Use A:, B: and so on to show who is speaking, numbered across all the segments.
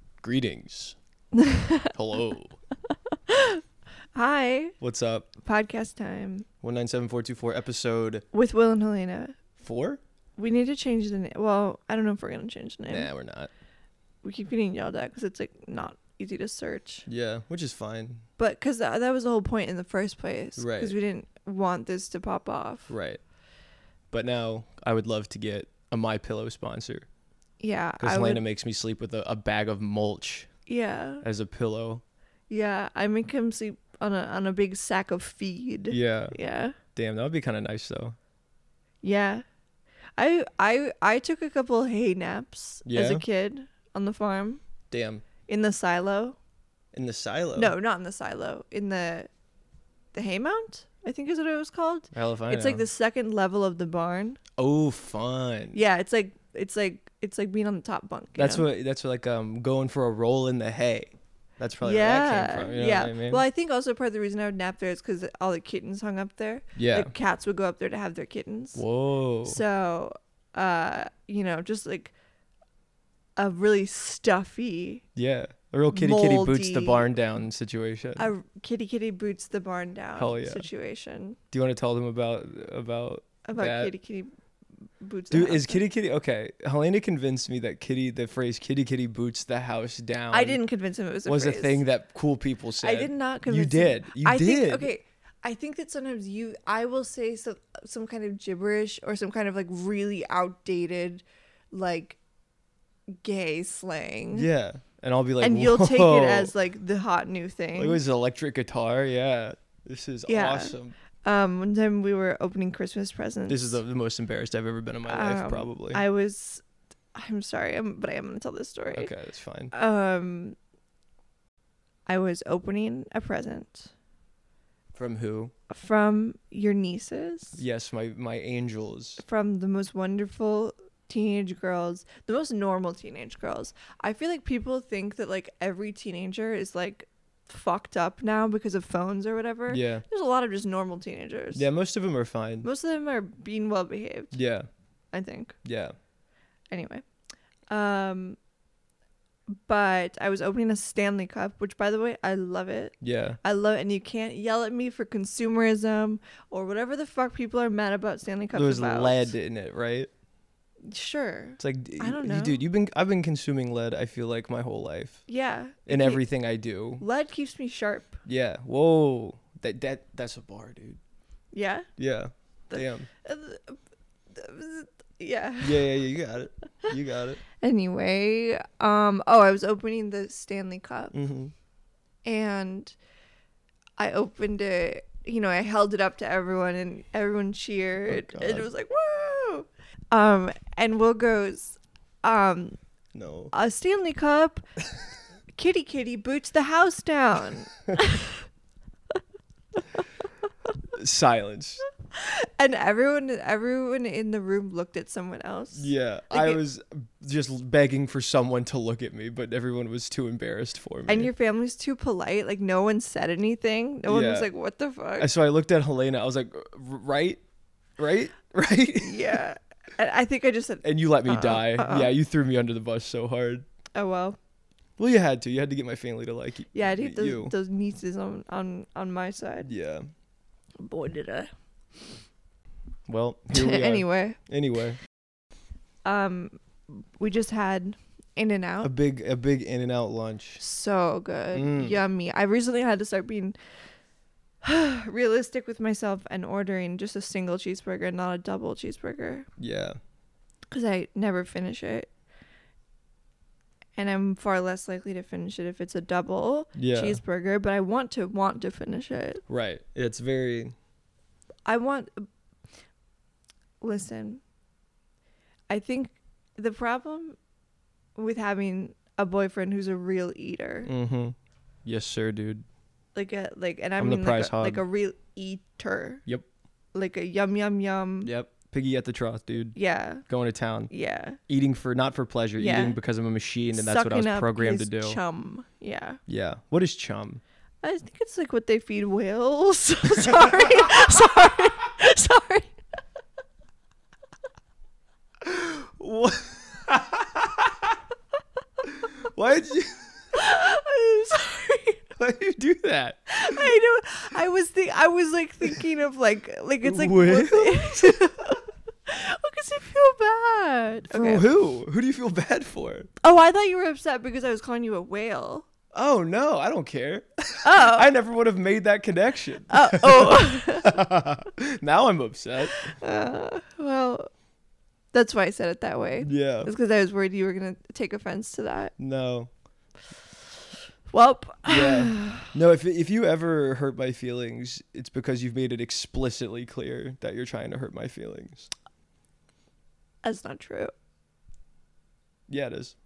A: Greetings. Hello.
B: Hi,
A: What's up?
B: podcast time
A: 197424 episode
B: with Will and Helena.
A: 4?
B: We need to change the name. Well, I don't know if we're gonna change the name.
A: Nah, we're not.
B: We keep getting yelled at because it's like not easy to search.
A: Yeah, which is fine.
B: But because that, that was the whole point in the first place,
A: Right.
B: Because we didn't want this to pop off.
A: Right. But now I would love to get a My Pillow sponsor
B: Yeah,
A: cuz
B: I
A: Lena
B: would.
A: makes me sleep with a, a bag of mulch
B: Yeah,
A: as a pillow.
B: yeah. I make him sleep on a on a big sack of feed.
A: Yeah.
B: yeah.
A: Damn, that would be kind of nice though.
B: Yeah. I I I took a couple hay naps as
A: Yeah?
B: a kid on the farm
A: Damn.
B: in the silo.
A: In the silo.
B: No, not in the silo. In the the hay mount, I think is what it was called.
A: Hell if I
B: it's like
A: know.
B: the second level of the barn.
A: Oh, fun.
B: Yeah, it's like it's like it's like being on the top bunk. you
A: That's
B: know?
A: what that's like um going for a roll in the hay. That's probably where that
B: yeah,
A: came from. You know
B: yeah.
A: what I mean?
B: Well, I think also part of the reason I would nap there is because all the kittens hung up there.
A: yeah.
B: the cats would go up there to have their kittens.
A: Whoa.
B: So, uh, you know, just like a really stuffy
A: Yeah. A real kitty kitty boots the
B: moldy-
A: barn down situation.
B: a kitty kitty boots the barn down
A: Hell yeah.
B: situation
A: Do you want to tell them about about
B: about
A: That-
B: kitty kitty boots. the
A: Dude, is
B: house
A: kitty kitty okay? Helena convinced me that kitty the phrase kitty kitty boots the house down
B: down. I didn't convince him it was a
A: Um, was a
B: phrase.
A: thing that cool people said.
B: I did not
A: You
B: convince.
A: did.
B: Him.
A: You
B: I
A: did.
B: Think, okay, I think that sometimes you, I will say some some kind of gibberish or some kind of like really outdated, like, gay slang.
A: Yeah. And I'll be like
B: and you'll take it
A: "Whoa."
B: as like the hot new
A: Like,
B: thing.
A: it was electric guitar, yeah. This is
B: Yeah.
A: awesome.
B: um, one time we were opening Christmas presents.
A: This is the, the most embarrassed I've ever been in my life,
B: Um,
A: probably.
B: I was. I'm sorry, I'm, but I am gonna tell this story.
A: okay, that's fine.
B: um i was opening a present
A: From who?
B: from your nieces
A: Yes, my my angels.
B: from the most wonderful teenage girls the most normal teenage girls i feel like people think that like every teenager is like fucked up now because of phones or whatever
A: Yeah.
B: there's a lot of just normal teenagers
A: Yeah, most of them are fine.
B: most of them are being well behaved
A: Yeah.
B: i think
A: Yeah.
B: anyway um but i was opening a stanley cup which by the way i love it
A: Yeah.
B: I love it, and you can't yell at me for consumerism or whatever the fuck people are mad about Stanley Cup.
A: There was
B: about.
A: lead in it, right?
B: Sure.
A: It's like d-
B: I don't
A: you-
B: know.
A: dude. You've been I've been consuming lead. I feel like my whole life
B: Yeah.
A: in
B: It-
A: everything I do.
B: Lead keeps me sharp.
A: Yeah. Whoa. That that that's a bar, dude.
B: Yeah.
A: Yeah.
B: The-
A: Damn.
B: Uh, th- th- Yeah.
A: Yeah, yeah, yeah. You got it. You got it.
B: Anyway, um, oh, I was opening the Stanley Cup,
A: hmm
B: and I opened it. You know, I held it up to everyone, and everyone cheered, and
A: God.
B: it was like, "Woo!" Um, and Will goes, um,
A: No.
B: a Stanley Cup. kitty kitty boots the house down.
A: Silence.
B: And everyone everyone in the room looked at someone else.
A: Yeah.
B: Like
A: I
B: it-
A: was just begging for someone to look at me, but everyone was too embarrassed for me.
B: And your family's too polite. Like no one said anything. No one
A: Yeah.
B: was like, "What the fuck?"
A: And so I looked at Helena. I was like, "R- right, right, right.
B: yeah. And I think I just said,
A: And you let me
B: Uh-uh,
A: die.
B: uh-uh.
A: Yeah. You threw me under the bus so hard.
B: "Oh well."
A: Well, you had to. You had to get my family to like y-
B: Yeah, I think
A: you.
B: those, those nieces on on on my side.
A: Yeah.
B: Boy, did I.
A: Well, here we are. anyway.
B: anyway, um, we just had In and
A: a
B: Out.
A: big a big in and out lunch.
B: So good.
A: Mm.
B: Yummy. I recently had to start being realistic with myself and ordering just a single cheeseburger, not a double cheeseburger,
A: Yeah.
B: because I never finish it. And I'm far less likely to finish it if it's a double
A: Yeah.
B: cheeseburger, but I want to want to finish it.
A: Right. It's very
B: I want. Listen, I think the problem with having a boyfriend who's a real eater
A: Mm-hmm. Yes, sir, dude.
B: like a like and I
A: I'm the
B: mean
A: prize
B: like, a, like
A: hog.
B: a real eater.
A: Yep.
B: Like a yum yum yum.
A: Yep. Piggy at the trough, dude.
B: Yeah.
A: Going to town.
B: Yeah.
A: Eating for not for pleasure,
B: Yeah.
A: eating because I'm a machine and that's what
B: Sucking
A: I was
B: up
A: programmed to
B: his
A: do.
B: Chum. Yeah.
A: Yeah. What is chum?
B: I think it's like what they feed whales. sorry. sorry. Sorry.
A: Why did you
B: I'm sorry.
A: Why do you do that?
B: I know. I was think. I was like thinking of like like it's like.
A: What?
B: What because you feel bad.
A: For
B: Okay.
A: who? Who do you feel bad for?
B: Oh, I thought you were upset because I was calling you a whale.
A: Oh no, I don't care.
B: Oh.
A: I never would have made that connection.
B: Oh, oh.
A: now I'm upset.
B: Uh, well, that's why I said it that way.
A: Yeah.
B: It's because I was worried you were gonna take offense to that.
A: No.
B: Welp.
A: Yeah. No, if if you ever hurt my feelings, it's because you've made it explicitly clear that you're trying to hurt my feelings.
B: That's not true.
A: Yeah, it is.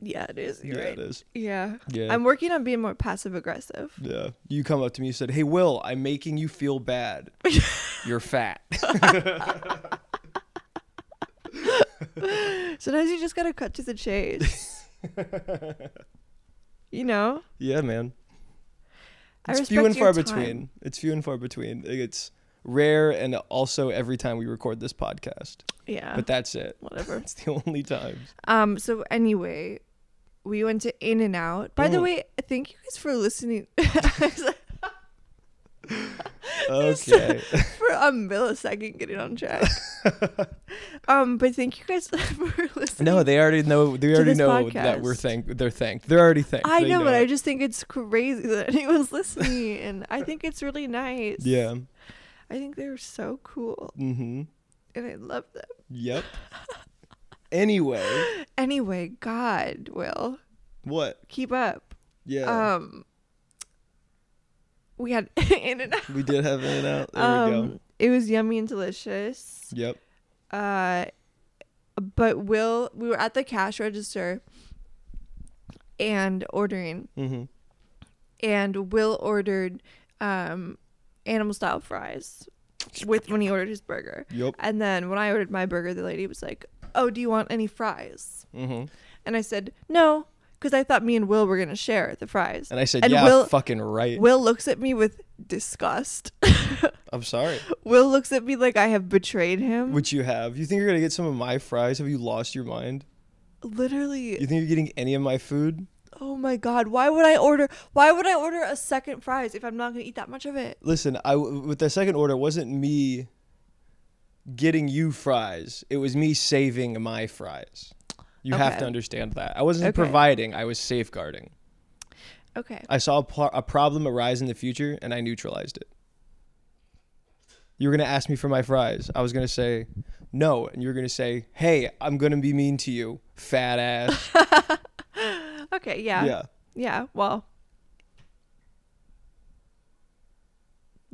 B: Yeah, it is. You're
A: yeah,
B: right.
A: it is.
B: Yeah.
A: Yeah.
B: I'm working on being more passive aggressive.
A: yeah. You come up to me and said, "Hey, Will, I'm making you feel bad. you're fat." Mm.
B: Sometimes you just gotta cut to the chase. you know?
A: yeah, man.
B: I
A: it's
B: respect
A: few and
B: your
A: far
B: time.
A: between. It's few and far between. It's rare, and also every time we record this podcast.
B: Yeah.
A: But that's it.
B: whatever.
A: It's the only times.
B: Um, so anyway, we went to In and Out. By the
A: Mm.
B: way, thank you guys for listening
A: Okay.
B: for a millisecond getting on track. um, but thank you guys for listening.
A: no, they already know. They already
B: this
A: know that we're
B: podcast.
A: thanked. They're thanked. They're already thanked.
B: I
A: They
B: know, but I
A: it.
B: just think it's crazy that anyone's listening, and I think it's really nice.
A: yeah.
B: I think they're so cool,
A: Mm-hmm.
B: and I love them.
A: Yep. anyway,
B: Anyway, God will
A: what?
B: keep up.
A: Yeah,
B: Um, we had In and Out.
A: we did have in and out. There we go.
B: Um, it was yummy and delicious.
A: Yep.
B: uh but will we were at the cash register and ordering
A: Mm-hmm.
B: and will ordered um animal style fries with when he ordered his burger
A: Yep.
B: and then when i ordered my burger the lady was like oh do you want any fries
A: Mm-hmm.
B: and i said no because i thought me and will were going to share the fries
A: And I said,
B: And
A: "Yeah,
B: Will-
A: fucking right."
B: will looks at me with disgust
A: I'm sorry.
B: will looks at me like i have betrayed him
A: Which you have? You think you're gonna get some of my fries? Have you lost your mind?
B: literally
A: You think you're getting any of my food?
B: Oh my god, why would I order why would I order a second fries if I'm not going to eat that much of it?
A: Listen, I w- with the second order it wasn't me getting you fries. It was me saving my fries. You have
B: Okay.
A: to understand that. I wasn't
B: Okay.
A: providing, I was safeguarding.
B: Okay.
A: I saw a, pro- a problem arise in the future and I neutralized it. You were going to ask me for my fries. I was going to say no. And you were going to say, hey, I'm going to be mean to you, fat ass.
B: Okay, yeah. Yeah,
A: yeah.
B: well.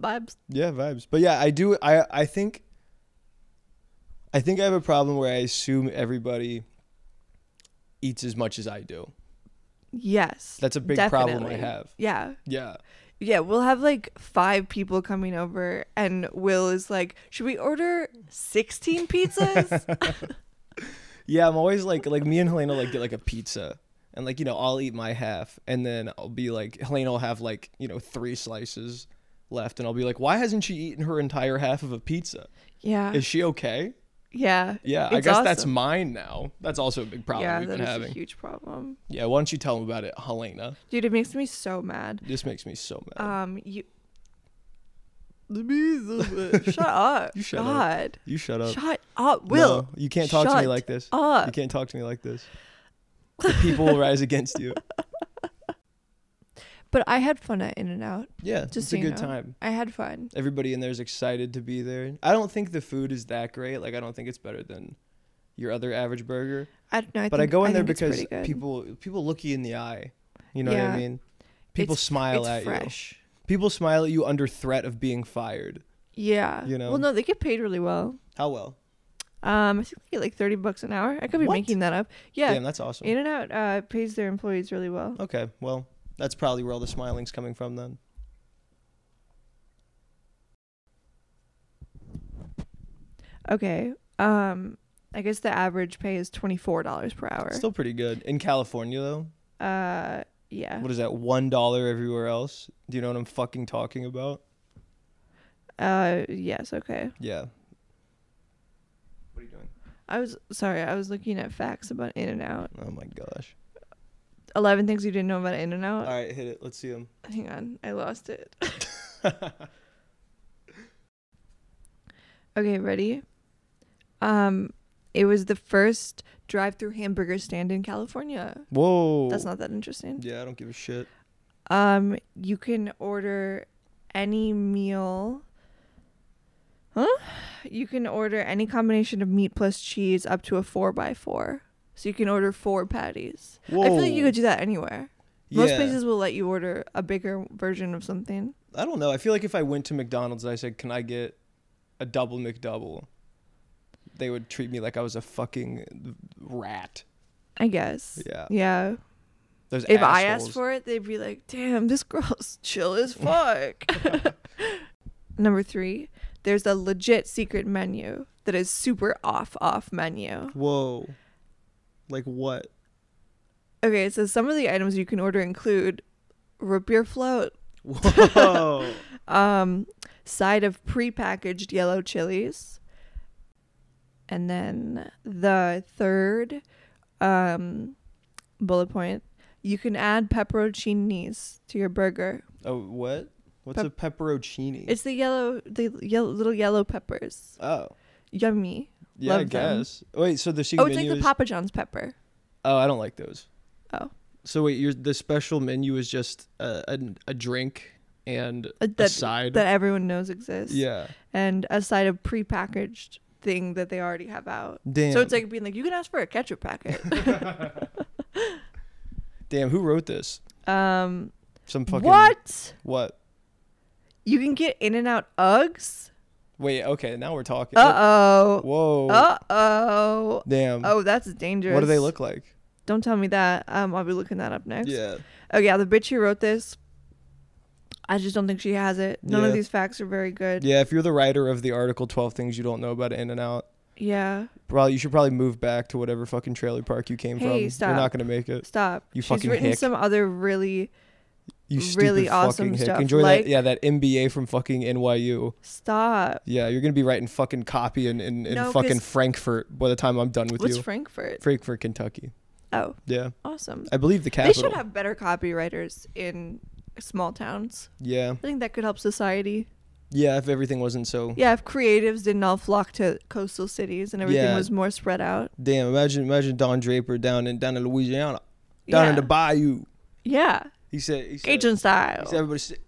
B: Vibes.
A: Yeah, vibes. But yeah, I do. I I think. I think I have a problem where I assume everybody eats as much as I do.
B: Yes.
A: That's a big problem I
B: definitely.
A: have.
B: Yeah.
A: Yeah.
B: Yeah, we'll have like 5 people coming over and Will is like, "Should we order 16 pizzas?"
A: Yeah, I'm always like like me and Helena like get like a pizza and like you know, I'll eat my half and then I'll be like Helena will have like, you know, three slices left and I'll be like, "Why hasn't she eaten her entire half of a pizza?
B: yeah.
A: Is she okay?"
B: yeah.
A: Yeah, I
B: Ah. It's
A: guess that's
B: awesome.
A: mine now. That's also a big problem
B: yeah,
A: we've
B: that
A: been
B: is
A: having.
B: a huge problem.
A: yeah, why don't you tell them about it, Helena?
B: Dude, it makes me so mad.
A: This makes me so mad.
B: Um, you. shut up.
A: You shut
B: God.
A: you shut up.
B: Shut up,
A: Uh, No,
B: Will.
A: you can't talk to me
B: shut
A: like this.
B: up.
A: You can't talk to me like this. The people will rise against you.
B: But I had fun at In and Out.
A: Yeah,
B: Just
A: it's
B: so
A: a
B: you
A: good
B: know.
A: time.
B: I had fun.
A: Everybody in there's excited to be there. I don't think the food is that great. Like I don't think it's better than your other average burger.
B: I don't know. I
A: but I
B: think,
A: go in there
B: think it's
A: because
B: pretty good.
A: people people look you in the eye. You know what
B: Yeah.
A: I mean? People
B: It's-
A: smile
B: it's
A: at
B: fresh.
A: you. People smile at you under threat of being fired.
B: Yeah.
A: You know?
B: Well, no, they get paid really well.
A: How well?
B: Um, I think they get like thirty bucks an hour. I could be
A: What?
B: making that up. Yeah.
A: Damn, that's awesome.
B: In and Out uh, pays their employees really well.
A: Okay, well, that's probably where all the smiling's coming from then. Oh.
B: Okay. Um, I guess the average pay is twenty four dollars per hour.
A: Still pretty good. In California though,
B: uh, yeah.
A: what is that? One dollar everywhere else? Do you know what I'm fucking talking about?
B: Uh, yes. Okay.
A: Yeah. What are you doing?
B: I was sorry, I was looking at facts about In and Out.
A: Oh my gosh.
B: Eleven things you didn't know about In and Out.
A: All right, hit it. Let's see them.
B: Hang on, I lost it. okay, ready? Um, it was the first drive-through hamburger stand in California.
A: Whoa.
B: That's not that interesting.
A: Yeah, I don't give a shit.
B: Um, you can order any meal. Huh? You can order any combination of meat plus cheese up to a four by four. So you can order four patties.
A: Whoa.
B: I feel like you could do that anywhere. Most
A: Yeah.
B: places will let you order a bigger version of something.
A: I don't know. I feel like if I went to McDonald's and I said, "Can I get a double McDouble?" They would treat me like I was a fucking rat.
B: I guess.
A: Yeah.
B: Yeah.
A: Those
B: If I
A: assholes.
B: asked for it, they'd be like, damn, this girl's chill as fuck. Number three, there's a legit secret menu that is super off, off menu.
A: Whoa. Like what?
B: Okay, it says some of the items you can order include root beer float,
A: Whoa.
B: um, side of prepackaged yellow chilies, and then the third um, bullet point. You can add pepperoncinis to your burger.
A: oh, what? What's a pepperoncini?
B: It's the yellow, the yellow, little yellow peppers.
A: oh.
B: Yummy.
A: Yeah, I
B: Love them.
A: guess. Wait, so the secret
B: Oh, it's like
A: menu
B: the
A: is-
B: Papa John's pepper.
A: Oh, I don't like those.
B: Oh.
A: So wait, your the special menu is just a a, a drink and
B: Uh,
A: a
B: that-
A: side.
B: that everyone knows exists.
A: yeah.
B: And a side of prepackaged thing that they already have out.
A: Damn.
B: So it's like being like, you can ask for a ketchup packet.
A: Damn, who wrote this?
B: um,
A: Some fucking
B: what?
A: What?
B: You can get In and Out Uggs?
A: Wait, okay, now we're talking.
B: Uh oh.
A: Whoa.
B: Uh oh.
A: Damn.
B: Oh, that's dangerous.
A: what do they look like?
B: Don't tell me that. Um, I'll be looking that up next.
A: Yeah.
B: Oh yeah, the bitch who wrote this. I just don't think she has it. None
A: Yeah.
B: of these facts are very good.
A: Yeah, if you're the writer of the article 12 things you don't know about In and Out,
B: Yeah.
A: probably you should probably move back to whatever fucking trailer park you came
B: Hey,
A: from. You're
B: stop.
A: not going to make it.
B: Stop.
A: You
B: She's
A: fucking
B: written
A: hick.
B: some other really
A: You
B: Really
A: stupid
B: awesome
A: fucking hick.
B: stuff,
A: Enjoy
B: like-
A: that. Yeah, that MBA from fucking NYU.
B: stop.
A: Yeah, you're gonna be writing fucking copy in, in, in
B: No, 'cause-
A: fucking Frankfurt by the time I'm done with
B: What's
A: you.
B: Frankfurt?
A: Frankfurt, Kentucky.
B: Oh,
A: Yeah,
B: awesome.
A: I believe the
B: They
A: capital.
B: should have better copywriters in small towns.
A: Yeah,
B: I think that could help society.
A: yeah. If everything wasn't so
B: Yeah, if creatives didn't all flock to coastal cities and everything
A: Yeah.
B: was more spread out.
A: damn, imagine imagine Don Draper down in down in Louisiana, down
B: yeah.
A: in the bayou.
B: Yeah.
A: He said, he said,
B: Cajun
A: he
B: style.
A: said everybody said,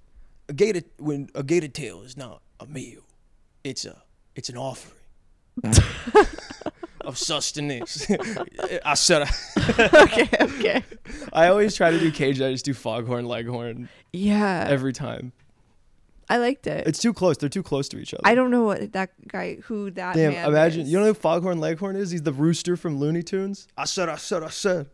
A: a gator when a gator tail is not a meal, it's a it's an offering. of sustenance. I said
B: okay, okay.
A: I always try to do cage. I just do foghorn leghorn
B: Yeah.
A: every time.
B: I liked it.
A: It's too close. They're too close to each other.
B: I don't know what that guy who that
A: Damn,
B: man
A: imagine.
B: is.
A: You know who Foghorn Leghorn is? He's the rooster from Looney Tunes. I said, I said, I said.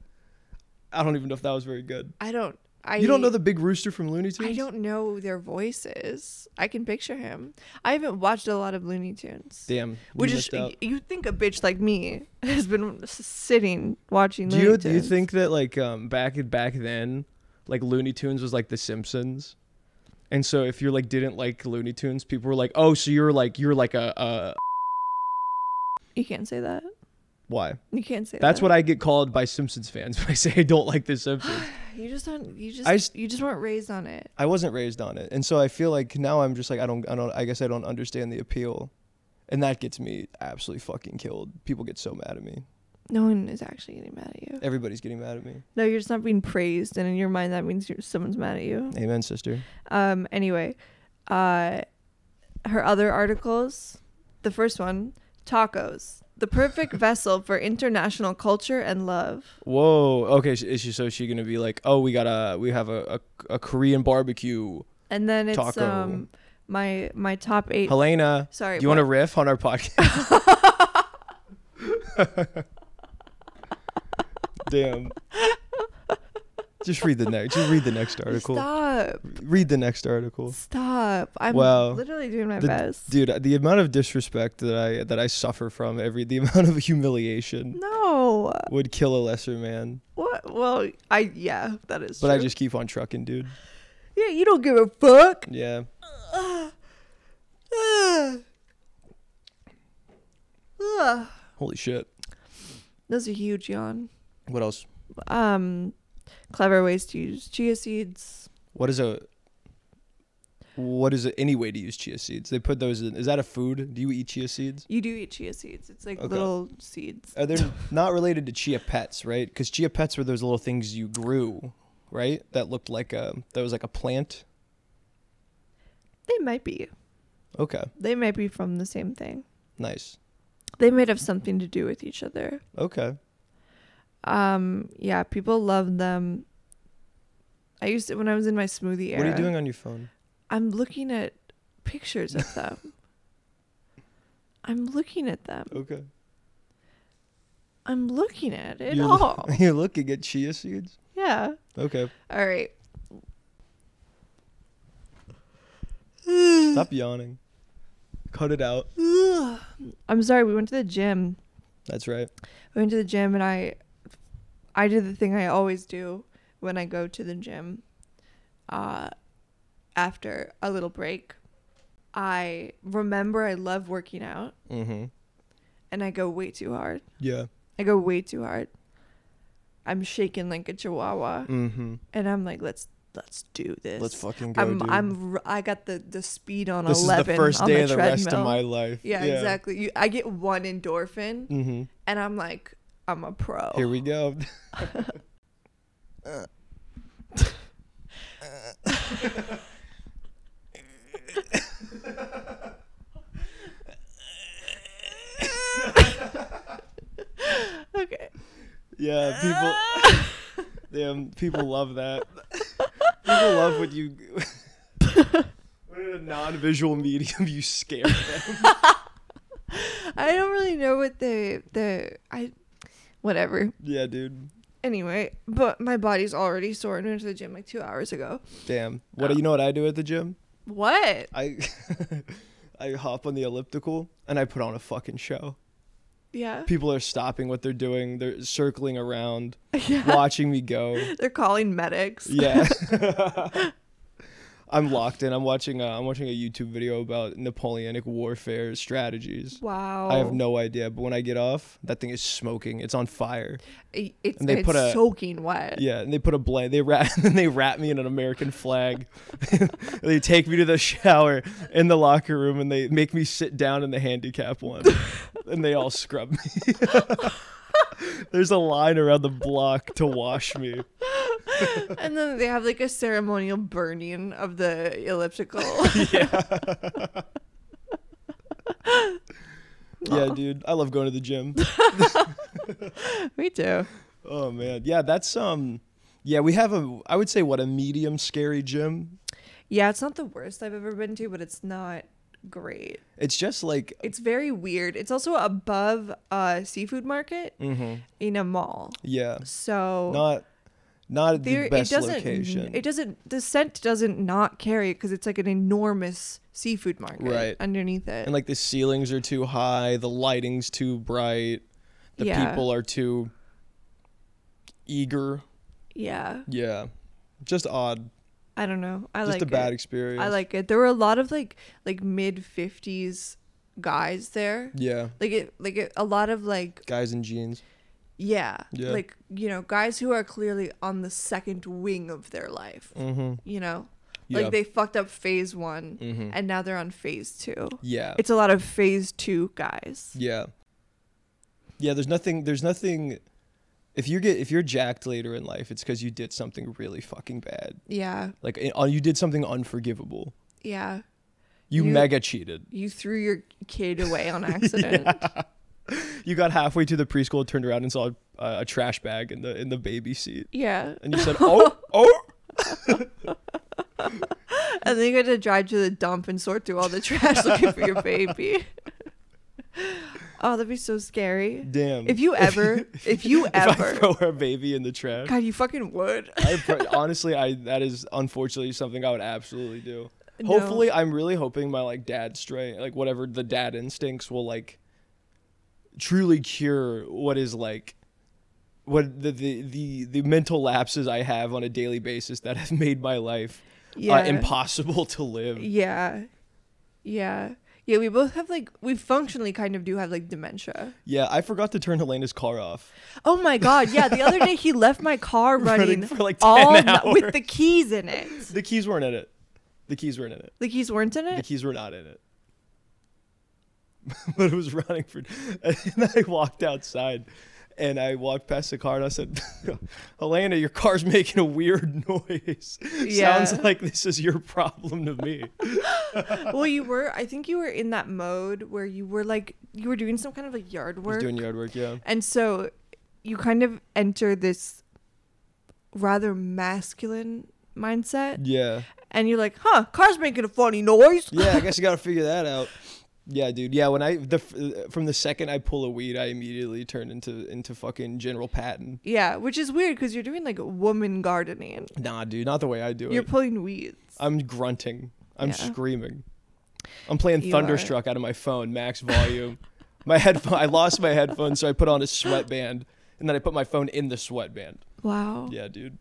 A: I don't even know if that was very good.
B: I don't I
A: you don't know the big rooster from Looney Tunes?
B: I don't know their voices. I can picture him. I haven't watched a lot of Looney Tunes.
A: Damn.
B: Which
A: you
B: is
A: missed out.
B: you think a bitch like me has been s- sitting watching
A: Do
B: Looney
A: you
B: Tunes.
A: do you think that like um back back then, like Looney Tunes was like The Simpsons, and so if you're like didn't like Looney Tunes, people were like, oh, so you're like you're like a, a
B: you can't say that?
A: why?
B: You can't say
A: That's
B: that.
A: what I get called by Simpsons fans when I say I don't like The Simpsons.
B: what you just don't you just,
A: I just-
B: you just weren't raised on it.
A: I wasn't raised on it, and so I feel like now I'm just like I don't, I don't, I guess I don't understand the appeal, and that gets me absolutely fucking killed. People get so mad at me.
B: No one is actually getting mad at you.
A: Everybody's getting mad at me.
B: No, you're just not being praised, and in your mind, that means you're, someone's mad at you.
A: Amen, sister.
B: Um. Anyway, uh, her other articles. The first one, tacos, the perfect vessel for international culture and love.
A: Whoa. Okay. s- Is she so she gonna be like, oh, we got a, we have a, a, a Korean barbecue.
B: And then it's
A: Taco.
B: um my my top eight.
A: Helena,
B: Sorry.
A: do you want to
B: what?
A: riff on our podcast? Damn. Just read the next. Just read the next article.
B: Stop.
A: Read the next article.
B: Stop. I'm
A: Wow.
B: literally doing my
A: The-
B: best.
A: dude the amount of disrespect that i that i suffer from every the amount of humiliation
B: no.
A: would kill a lesser man
B: What? Well, I yeah, that is.
A: but
B: true.
A: i just keep on trucking dude
B: yeah. You don't give a fuck.
A: yeah
B: Ugh. Ugh.
A: holy shit
B: That's a huge yawn.
A: What else?
B: Um, clever ways to use chia seeds.
A: What is a what is it any way to use chia seeds? They put those in. Is that a food? Do you eat chia seeds?
B: You do eat chia seeds. It's like
A: Okay.
B: little seeds.
A: Are they not related to chia pets, right? Because chia pets were those little things you grew, right? That looked like a that was like a plant.
B: They might be.
A: Okay,
B: They might be from the same thing.
A: nice.
B: They might have something to do with each other.
A: Okay,
B: Um, yeah, people love them. I used to when I was in my smoothie era.
A: what are you doing on your phone?
B: I'm looking at pictures of them. I'm looking at them.
A: Okay, I'm
B: I'm looking at it
A: you're, lo-
B: all.
A: you're looking at chia seeds.
B: yeah.
A: Okay,
B: All right.
A: stop yawning. Cut it out.
B: I'm sorry. We went to the gym.
A: That's right.
B: I went to the gym and I I did the thing I always do when I go to the gym. Uh after a little break, I remember I love working out
A: Mm-hmm.
B: and I go way too hard.
A: Yeah.
B: I go way too hard. I'm shaking like a chihuahua
A: Mm-hmm.
B: and I'm like let's let's do this.
A: Let's fucking go,
B: I'm
A: dude.
B: I'm r- I got the the speed on
A: this
B: 11
A: is the first
B: on
A: day
B: the
A: of the
B: treadmill.
A: rest of my life.
B: yeah, exactly. You, I get one endorphin
A: Mm-hmm.
B: and I'm like I'm a pro.
A: Here we go.
B: okay.
A: Yeah, people. Damn, people love that. people love when you. when in a non-visual medium you scare them.
B: I don't really know what the the I whatever.
A: yeah, dude.
B: Anyway, but my body's already sore and I went to the gym like two hours ago.
A: Damn. What you know what I do at the gym?
B: What?
A: I. I hop on the elliptical and I put on a fucking show.
B: Yeah.
A: People are stopping what they're doing. They're circling around,
B: Yeah.
A: watching me go.
B: They're calling medics.
A: Yeah. I'm locked in. I'm watching. A, I'm watching a YouTube video about Napoleonic warfare strategies.
B: Wow.
A: I have no idea, but when I get off, that thing is smoking. It's on fire.
B: I- It's,
A: and they
B: it's
A: put a-
B: soaking wet.
A: Yeah, and they put a blanket. They wrap. Then they wrap me in an American flag. they take me to the shower in the locker room, and they make me sit down in the handicap one. and they all scrub me. There's a line around the block to wash me.
B: And then they have like a ceremonial burning of the elliptical.
A: Yeah, dude. I love going to the gym.
B: Me too.
A: Oh man, yeah, that's um, yeah, we have a, I would say, what a medium scary gym.
B: Yeah, it's not the worst I've ever been to, but it's not great.
A: It's just like,
B: It's very weird. It's also above a seafood market in a mall.
A: yeah,
B: So
A: Mm-hmm. not, not
B: there
A: the best
B: it doesn't
A: location.
B: it doesn't the scent doesn't not carry it because it's like an enormous seafood market
A: Right.
B: underneath it.
A: and like the ceilings are too high, the lighting's too bright, the
B: Yeah.
A: people are too eager.
B: yeah.
A: Yeah, just odd.
B: I don't know. I
A: just
B: like
A: a bad
B: it.
A: experience.
B: I like it. There were a lot of like like mid fifties guys there.
A: Yeah,
B: Like it like it, a lot of like
A: guys in jeans.
B: yeah,
A: Yeah.
B: Like, you know, guys who are clearly on the second wing of their life.
A: Mm-hmm.
B: You know?
A: Yeah.
B: Like they fucked up phase one
A: Mhm.
B: and now they're on phase two.
A: Yeah.
B: It's a lot of phase two guys.
A: Yeah. Yeah, there's nothing there's nothing if you get if you're jacked later in life, it's cuz you did something really fucking bad.
B: Yeah.
A: Like it- uh, you did something unforgivable.
B: Yeah.
A: You,
B: You-
A: mega cheated.
B: You threw your kid away on accident.
A: You got halfway to the preschool, turned around and saw uh, a trash bag in the in the baby seat.
B: yeah.
A: And you said, "Oh, oh."
B: And then you had to drive to the dump and sort through all the trash looking for your baby. oh, that'd be so scary.
A: Damn.
B: If you ever, if you
A: Mm. If I
B: ever,
A: throw our baby in the trash.
B: God, you fucking would.
A: I pr- honestly, I that is unfortunately something I would absolutely do.
B: No.
A: Hopefully, I'm really hoping my like dad stray, like whatever the dad instincts will like truly cure what is like what the the the, the mental lapses I have on a daily basis that have made my life uh,
B: Yeah.
A: impossible to live.
B: Yeah. Yeah. Yeah, we both have like we functionally kind of do have like dementia.
A: Yeah, I forgot to turn Helena's car off.
B: Oh my god, yeah. The other day he left my car
A: Running
B: running,
A: for, like, 10
B: all ni- with
A: hours.
B: the keys in it.
A: The keys weren't in it. The keys weren't in it.
B: The keys weren't in
A: The
B: it.
A: keys were not in it. but it was running for. And I walked outside and I walked past the car and I said, Helena, your car's making a weird noise.
B: Yeah.
A: Sounds like this is your problem to me.
B: well, you were. I think you were in that mode where you were like you were doing some kind of like yard
A: I was
B: work,
A: doing yard work, yeah.
B: and so you kind of enter this rather masculine mindset,
A: Yeah.
B: and you're like, "Huh, car's making a funny noise."
A: Yeah, I guess you got to figure that out. Yeah, dude. Yeah, when I the f- uh, from the second I pull a weed, I immediately turn into into fucking General Patton.
B: Yeah, which is weird because you're doing like woman gardening.
A: Nah, dude, not the way I do
B: You're
A: it.
B: pulling weeds.
A: I'm grunting. I'm
B: Yeah.
A: screaming. I'm playing
B: You are.
A: Thunderstruck out of my phone, max volume. my headphone. I lost my headphones, so I put on a sweatband, and then I put my phone in the sweatband.
B: Wow.
A: Yeah, dude.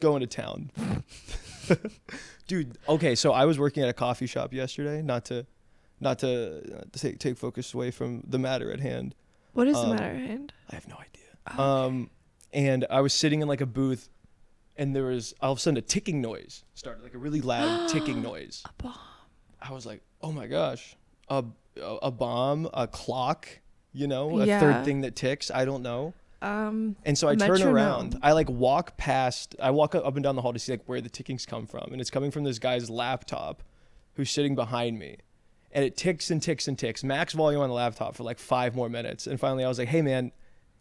A: Going to town. dude, okay, so I was working at a coffee shop yesterday, not to not to uh, take take focus away from the matter at hand.
B: What is
A: Um,
B: the matter, Hand?
A: I have no
B: Ah,
A: idea. Um and I was sitting in like a booth and there was all of a sudden a ticking noise started, like a really loud ticking noise.
B: A bomb.
A: I was like, "Oh my gosh. A a, a bomb, a clock, you know, a
B: Yeah.
A: third thing that ticks, I don't know."
B: Um,
A: And so I turn
B: Metronome.
A: around. I like walk past. I walk up and down the hall to see like where the tickings come from, and it's coming from this guy's laptop, who's sitting behind me, and it ticks and ticks and ticks. Max volume on the laptop for like five more minutes, and finally I was like, "Hey man,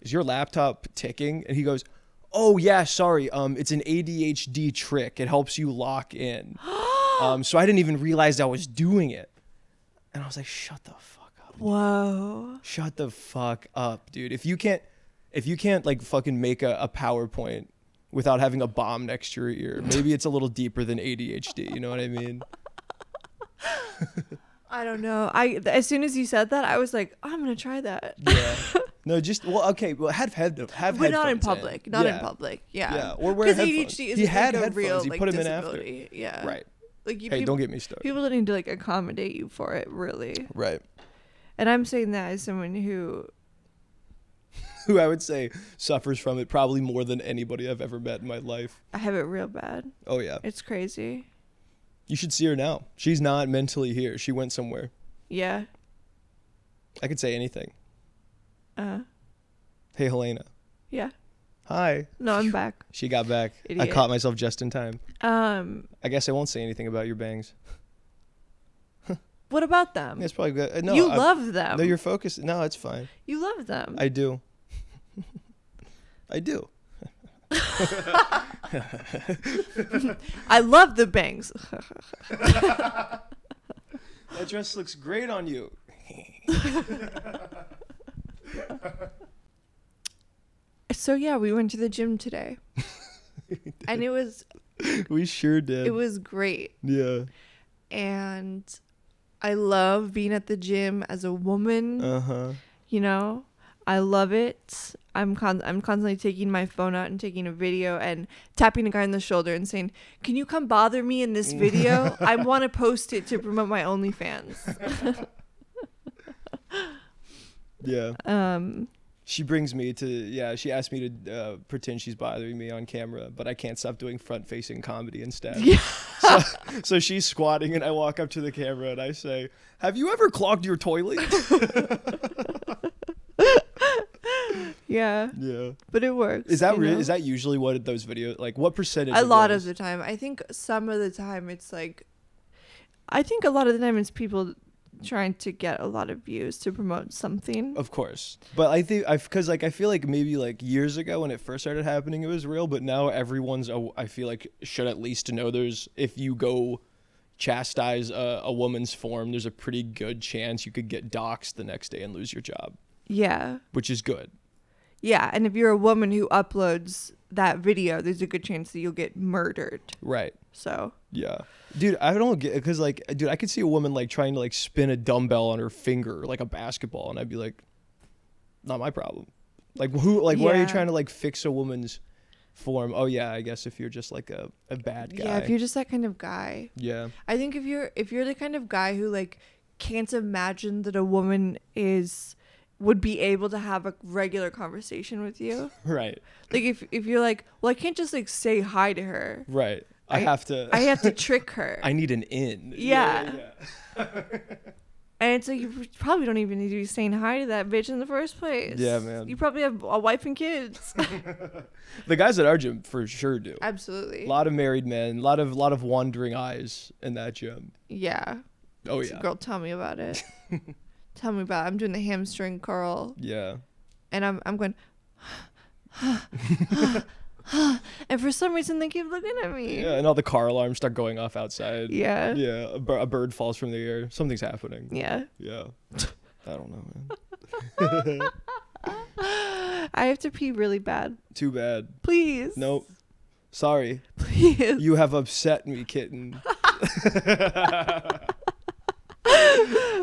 A: is your laptop ticking?" And he goes, "Oh yeah, sorry. Um, it's an ADHD trick. It helps you lock in. um, so I didn't even realize I was doing it, and I was like, shut the fuck up."
B: whoa.
A: Shut the fuck up, dude. If you can't, if you can't like fucking make a, a PowerPoint without having a bomb next to your ear, maybe it's a little deeper than ADHD. You know what I mean?
B: I don't know. I th- as soon as you said that, I was like, "Oh, I'm gonna try that.
A: Yeah. No, just well, okay. Well, have head have.
B: But not in
A: headphones
B: public. Not
A: Yeah.
B: in public. Yeah.
A: Yeah, or wear headphones.
B: ADHD is
A: He
B: like
A: had
B: a
A: headphones,
B: real
A: he
B: like
A: put 'em in after.
B: disability. Yeah.
A: Right.
B: Like you,
A: Hey,
B: people,
A: don't get me started.
B: people that need to like accommodate you for it, really.
A: Right.
B: And I'm saying that as someone who
A: Who I would say suffers from it probably more than anybody I've ever met in my life.
B: I have it real bad.
A: Oh yeah.
B: It's crazy.
A: You should see her now. She's not mentally here. She went somewhere.
B: Yeah.
A: I could say anything.
B: Uh.
A: Hey Helena.
B: Yeah.
A: Hi.
B: No, I'm back.
A: She got back. I
B: Idiot.
A: caught myself just in time.
B: Um.
A: I guess I won't say anything about your bangs.
B: What about them?
A: That's probably good. Uh, No,
B: Um, you
A: I-
B: love them.
A: No, you're focused. No, it's fine.
B: you love them.
A: I do. I do.
B: I love the bangs.
A: That dress looks great on you.
B: So yeah, we went to the gym today. and it was
A: We sure did.
B: it was great.
A: yeah.
B: And I love being at the gym as a woman,
A: Uh huh.
B: you know? I love it. I'm con- I'm constantly taking my phone out and taking a video and tapping a guy on the shoulder and saying, "Can you come bother me in this video? I want to post it to promote my OnlyFans."
A: Yeah.
B: Um,
A: She brings me to, yeah, she asked me to uh, pretend she's bothering me on camera, but I can't stop doing front facing comedy instead.
B: Yeah.
A: So, so she's squatting, and I walk up to the camera and I say, Have you ever clogged your toilet?
B: yeah,
A: yeah.
B: but it works.
A: Is that
B: you
A: re-
B: know?
A: is that usually what those videos like? What percentage?
B: a lot of
A: those?
B: the time i think some of the time it's like i think a lot of the time it's people trying to get a lot of views to promote something
A: Of course, but I think I because like I feel like maybe like years ago when it first started happening, it was real. But now everyone's a, I feel like should at least know there's if you go chastise a, a woman's form, there's a pretty good chance you could get doxxed the next day and lose your job,
B: yeah
A: which is good.
B: yeah and if you're a woman who uploads that video there's a good chance that you'll get murdered
A: Right.
B: so
A: Yeah, dude, I don't get because like, dude, I could see a woman like trying to like spin a dumbbell on her finger like a basketball, and I'd be like, not my problem. Like who? Like why are you
B: Yeah.
A: trying to like fix a woman's form? Oh yeah, I guess if you're just like a, a bad guy.
B: yeah if you're just that kind of guy
A: yeah.
B: i think if you're if you're the kind of guy who like can't imagine that a woman is would be able to have a regular conversation with you.
A: Right.
B: Like if if you're like, well, I can't just like say hi to her.
A: Right. I,
B: I-
A: have to.
B: I have to trick her.
A: I need an in.
B: Yeah.
A: yeah.
B: and it's like you probably don't even need to be saying hi to that bitch in the first place.
A: Yeah, man.
B: You probably have a wife and kids.
A: The guys at our gym for sure do.
B: Absolutely.
A: A lot of married men, a lot of lot of wandering eyes in that gym.
B: yeah.
A: Oh
B: So,
A: yeah.
B: Girl, tell me about it. tell me about. It. I'm doing the hamstring curl,
A: Yeah.
B: and I'm I'm going. and for some reason, they keep looking at me.
A: Yeah, and all the car alarms start going off outside.
B: Yeah. Yeah.
A: Yeah, a, bir- a bird falls from the air. Something's happening. Yeah. I don't know, man.
B: I have to pee really bad.
A: Too bad.
B: Please.
A: Nope. Sorry.
B: Please.
A: You have upset me, kitten.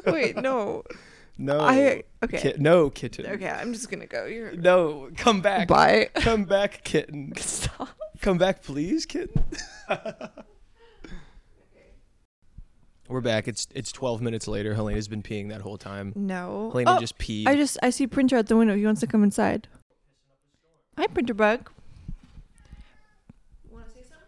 B: Wait, no.
A: No.
B: I okay.
A: Kit- no, kitten.
B: Okay, I'm just gonna go. You're
A: No, come back.
B: bye.
A: Come back, kitten.
B: Stop.
A: Come back, please, kitten. We're back. It's it's 12 minutes later. Helena's been peeing that whole time.
B: No.
A: Helena
B: Oh,
A: just peed.
B: I just I see printer out the window. He wants to come inside. Hi, printer bug. Want to say something?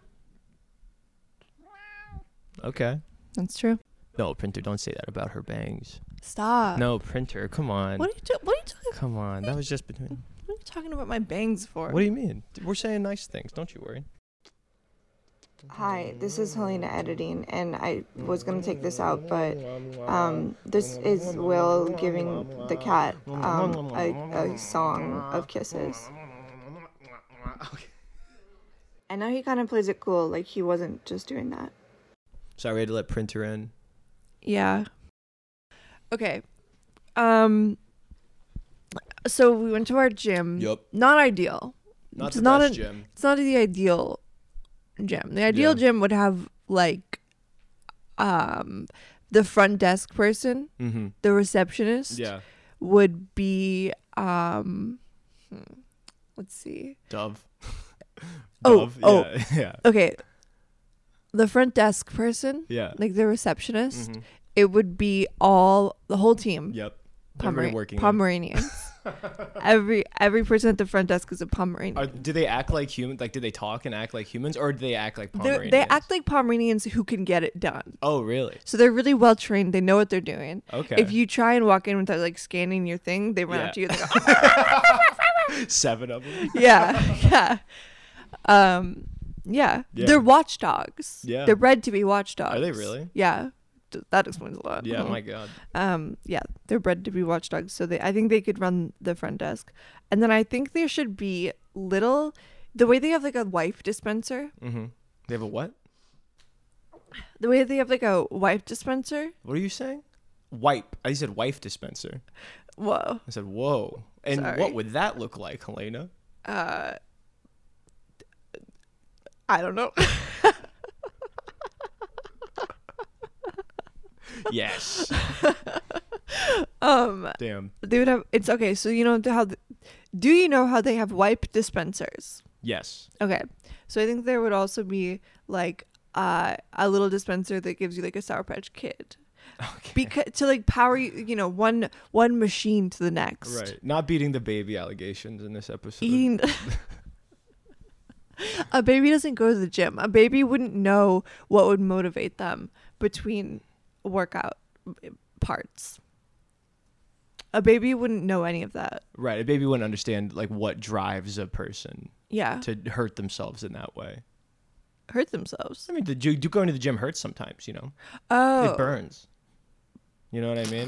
A: okay.
B: That's true.
A: No, printer, don't say that about her bangs.
B: Stop.
A: No, printer, come on.
B: Uh, What are you do- What are you talking?
A: Come on. That was just between.
B: What are you talking about my bangs for?
A: What do you mean? We're saying nice things. Don't you worry.
C: Hi, this is Helena editing, and I was gonna take this out, but um, this is Will giving the cat um, a, a song of kisses. And now he kind of plays it cool, like he wasn't just doing that.
A: Sorry, I had to let printer in.
B: Yeah. Okay. Um. So we went to our gym.
A: Yup.
B: Not ideal.
A: Not
B: Mm. It's
A: the
B: not
A: best
B: an-
A: gym.
B: It's not the ideal gym. The ideal
A: Yeah.
B: gym would have like, um, the front desk person,
A: Mm-hmm.
B: the receptionist,
A: Yeah.
B: would be um. hmm, Let's see.
A: Dove.
B: Oh,
A: Dove.
B: oh.
A: Yeah. Yeah.
B: Okay. The front desk person,
A: Yeah.
B: like the receptionist,
A: Mhm.
B: it would be all the whole team.
A: Yep.
B: Pomer-
A: Everybody working. there.
B: Pomeranians. every every person at the front desk is a Pomeranian.
A: Are, do they act like humans? Like, do they talk and act like humans, or do they act like
B: They're-
A: Pomeranians?
B: they act like Pomeranians who can get it done.
A: Oh, really?
B: So they're really well trained. They know what they're doing.
A: Okay.
B: If you try and walk in without like scanning your thing, they run
A: Yeah.
B: up to you. And they go,
A: Seven of them.
B: yeah, yeah, um, yeah.
A: Yeah.
B: They're watchdogs.
A: Yeah.
B: they're bred to be watchdogs.
A: Are they really?
B: Yeah, Th- that explains a lot.
A: Yeah.
B: Mhm.
A: My God.
B: um yeah they're bred to be watchdogs so they i think they could run the front desk and then i think there should be little the way they have like a wife dispenser
A: Mm-hmm. They have a what?
B: the way they have like a wife dispenser
A: What are you saying? Wipe. I said wife dispenser.
B: whoa
A: I said whoa. And
B: Sorry.
A: what would that look like, Helena?
B: i don't know
A: Yes.
B: um
A: Damn.
B: they would have it's okay so you know how th- do you know how they have wipe dispensers
A: Yes.
B: okay so i think there would also be like uh, a little dispenser that gives you like a sour patch kid
A: Okay.
B: because to like power you you know one one machine to the next
A: Right. Not beating the baby allegations in this episode.
B: eating. a baby doesn't go to the gym. A baby wouldn't know what would motivate them between workout eh, parts. A baby wouldn't know any of that.
A: Right. A baby wouldn't understand like what drives a person
B: Yeah,
A: to hurt themselves in that way.
B: hurt themselves.
A: I mean, the, do, do going to the gym hurts sometimes, you know.
B: Oh,
A: It burns. You know what I mean?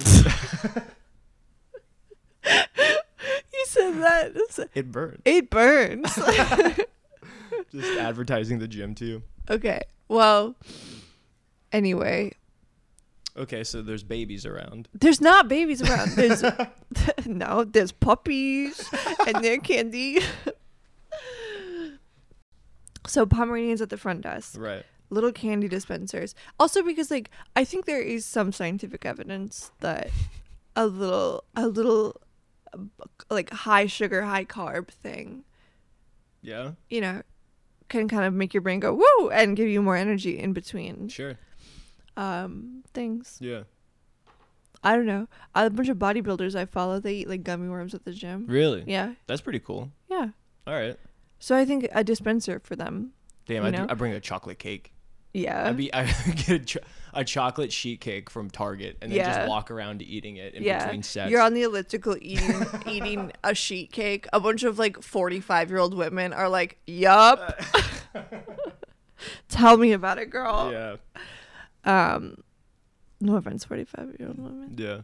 B: you said that.
A: it burns.
B: It burns.
A: Just advertising the gym to you.
B: okay. Well. Anyway,
A: Okay, so there's babies around.
B: there's not babies around. There's no, there's puppies and their candy. so Pomeranians at the front desk,
A: Right.
B: little candy dispensers. Also because like I think there is some scientific evidence that a little a little uh, like high sugar, high carb thing,
A: Yeah.
B: you know, can kind of make your brain go woo and give you more energy in between
A: Sure.
B: um things.
A: Yeah.
B: I don't know. A bunch of bodybuilders I follow, they eat like gummy worms at the gym.
A: Really?
B: Yeah.
A: That's pretty cool.
B: Yeah.
A: All right.
B: So I think a dispenser for them.
A: Damn,
B: You
A: I, do,
B: know?
A: I bring a chocolate cake.
B: Yeah.
A: I'd be, I get a, cho- a chocolate sheet cake from Target and then
B: Yeah.
A: just walk around ecating it in
B: yeah.
A: between sets.
B: You're on the elliptical eating eating a sheet cake. A bunch of like 45-year-old women are like, "Yup." Tell me about it, girl.
A: yeah,
B: Um no offense, 45-year-old women.
A: yeah.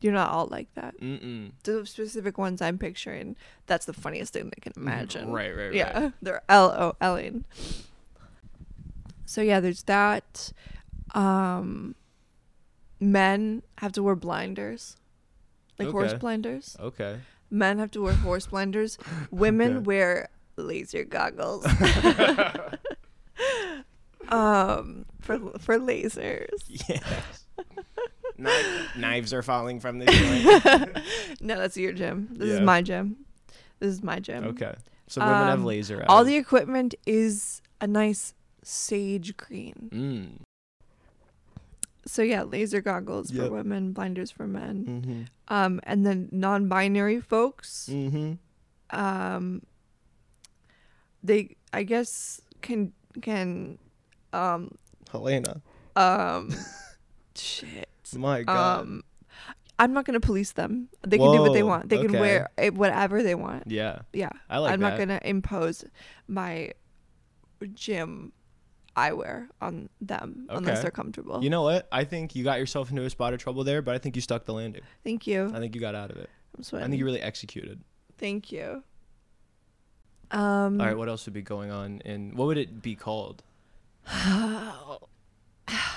B: You're not all like that.
A: Mm-mm.
B: The specific ones I'm picturing, that's the funniest thing they can imagine.
A: Mm-hmm. Right, right, right.
B: Yeah, they're L O L ing. So yeah, there's that. Um, men have to wear blinders, like horse
A: Okay.
B: blinders.
A: Okay.
B: Men have to wear horse blinders. Women
A: Okay.
B: wear laser goggles. um, for for lasers.
A: Yes. Knife, knives are falling from the ceiling.
B: No, that's your gym. This is
A: Yeah.
B: my gym. This is my gym.
A: okay. So women have
B: Um,
A: laser eyes.
B: All the equipment is a nice sage green.
A: Mm.
B: So yeah, laser goggles for
A: Yep.
B: women, blinders for men.
A: Mm-hmm.
B: um, and then non-binary folks
A: Mm-hmm.
B: um, they i guess can can um,
A: Helena.
B: um, shit
A: My God.
B: um, i'm not gonna police them they can do what they
A: Whoa,
B: want they can
A: okay.
B: wear it, whatever they want
A: yeah.
B: yeah
A: I like
B: i'm
A: that.
B: not gonna impose my gym eyewear on them unless
A: Okay.
B: they're comfortable
A: You know what? I think you got yourself into a spot of trouble there, but I think you stuck the landing.
B: thank you
A: I think you got out of it.
B: i'm
A: I
B: sweating
A: think you really executed.
B: thank you um
A: All right, what else would be going on and what would it be called?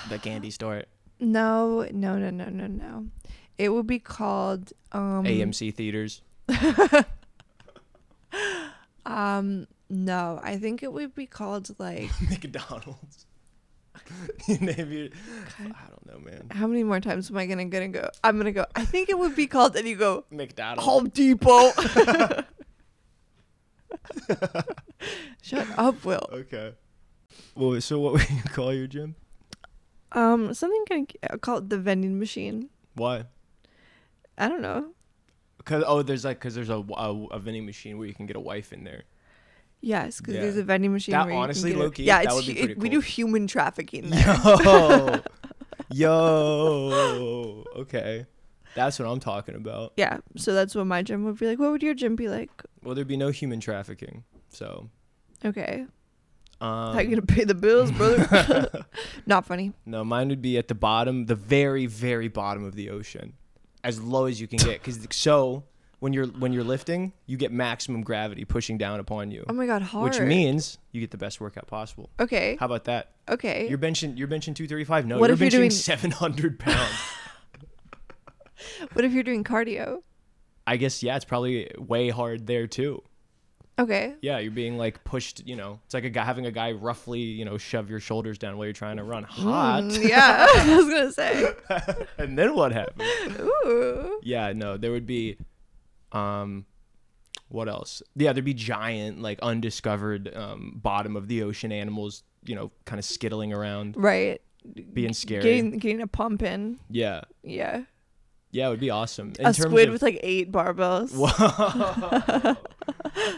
A: the candy store.
B: No, no, no, no, no, no. It would be called um
A: AMC theaters.
B: um no, I think it would be called like
A: McDonald's. you name your, I don't know, man.
B: how many more times am I gonna gonna go? I'm gonna go. I think it would be called and you go
A: McDonald's.
B: Home Depot. Shut up, Will.
A: Okay. Well, so what would you call your gym?
B: Um, something can uh, call it the vending machine.
A: Why?
B: I don't know.
A: Cause oh, there's like cause there's a, a, a vending machine where you can get a wife in there.
B: Yes, because
A: Yeah.
B: there's a vending machine.
A: That
B: where you can
A: honestly,
B: get it.
A: low-key,
B: yeah,
A: that
B: it's
A: would be
B: hu-
A: pretty
B: we do
A: cool.
B: human trafficking. There.
A: Yo, yo. Okay, that's what I'm talking about.
B: yeah, so that's what my gym would be like. What would your gym be like?
A: Well, there'd be no human trafficking. So,
B: Okay.
A: um,
B: How you gonna pay the bills, brother? Not funny.
A: no, mine would be at the bottom, the very, very bottom of the ocean, as low as you can get. Cause so when you're when you're lifting, you get maximum gravity pushing down upon you,
B: Oh my god, hard.
A: which means you get the best workout possible.
B: Okay.
A: How about that?
B: Okay.
A: You're benching. You're benching 235. No,
B: What
A: you're
B: if you're
A: benching
B: doing-
A: 700 pounds.
B: What if you're doing cardio?
A: I guess yeah, it's probably way hard there too.
B: Okay.
A: Yeah, you're being like pushed. You know, it's like a guy having a guy roughly you know shove your shoulders down while you're trying to run hot,
B: Mm. Yeah, I was gonna say.
A: and then what happens?
B: Ooh.
A: Yeah, no, there would be, um, what else? Yeah, there'd be giant like undiscovered um, bottom of the ocean animals. You know, kind of skittling around,
B: Right.
A: being scary.
B: Getting getting a pump in.
A: Yeah,
B: Yeah.
A: yeah, it would be awesome. In
B: a squid
A: of-
B: with like eight barbells.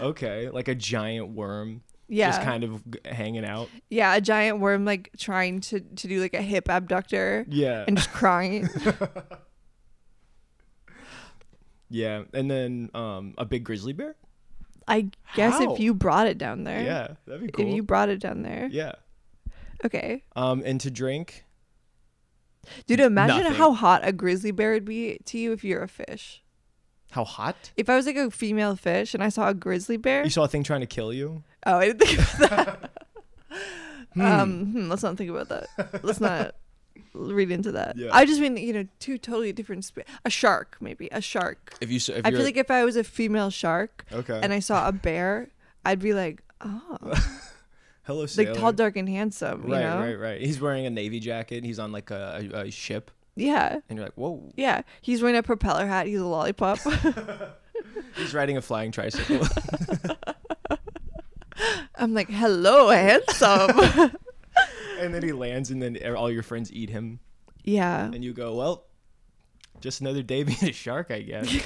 A: okay, like a giant worm.
B: yeah.
A: just kind of g- hanging out.
B: yeah, a giant worm like trying to to do like a hip abductor
A: Yeah.
B: and just crying.
A: yeah. And then um a big grizzly bear?
B: I guess
A: How?
B: if you brought it down there.
A: Yeah, that'd be cool.
B: If you brought it down there.
A: yeah.
B: Okay.
A: Um and to drink?
B: Dude, imagine
A: Nothing.
B: how hot a grizzly bear would be to you if you're a fish.
A: How hot?
B: If I was like a female fish and I saw a grizzly bear,
A: You saw a thing trying to kill you?
B: oh, I didn't think about that. Um, hmm, let's not think about that. Let's not read into that.
A: Yeah.
B: I just mean you know two totally different. Spe- a shark, maybe a shark.
A: If you Uh, s- if
B: I feel like if I was a female shark
A: Okay.
B: and I saw a bear, I'd be like, oh,
A: Hello
B: like
A: sailor.
B: tall, dark, and handsome. You
A: right,
B: know?
A: right, right. He's wearing a navy jacket. He's on like a, a, a ship
B: Yeah,
A: and you're like, "Whoa,
B: yeah. He's wearing a propeller hat. He's a lollipop.
A: he's riding a flying tricycle."
B: I'm like, hello, handsome.
A: and then he lands and then all your friends eat him
B: yeah.
A: and you go, "Well, Just another day being a shark, I guess.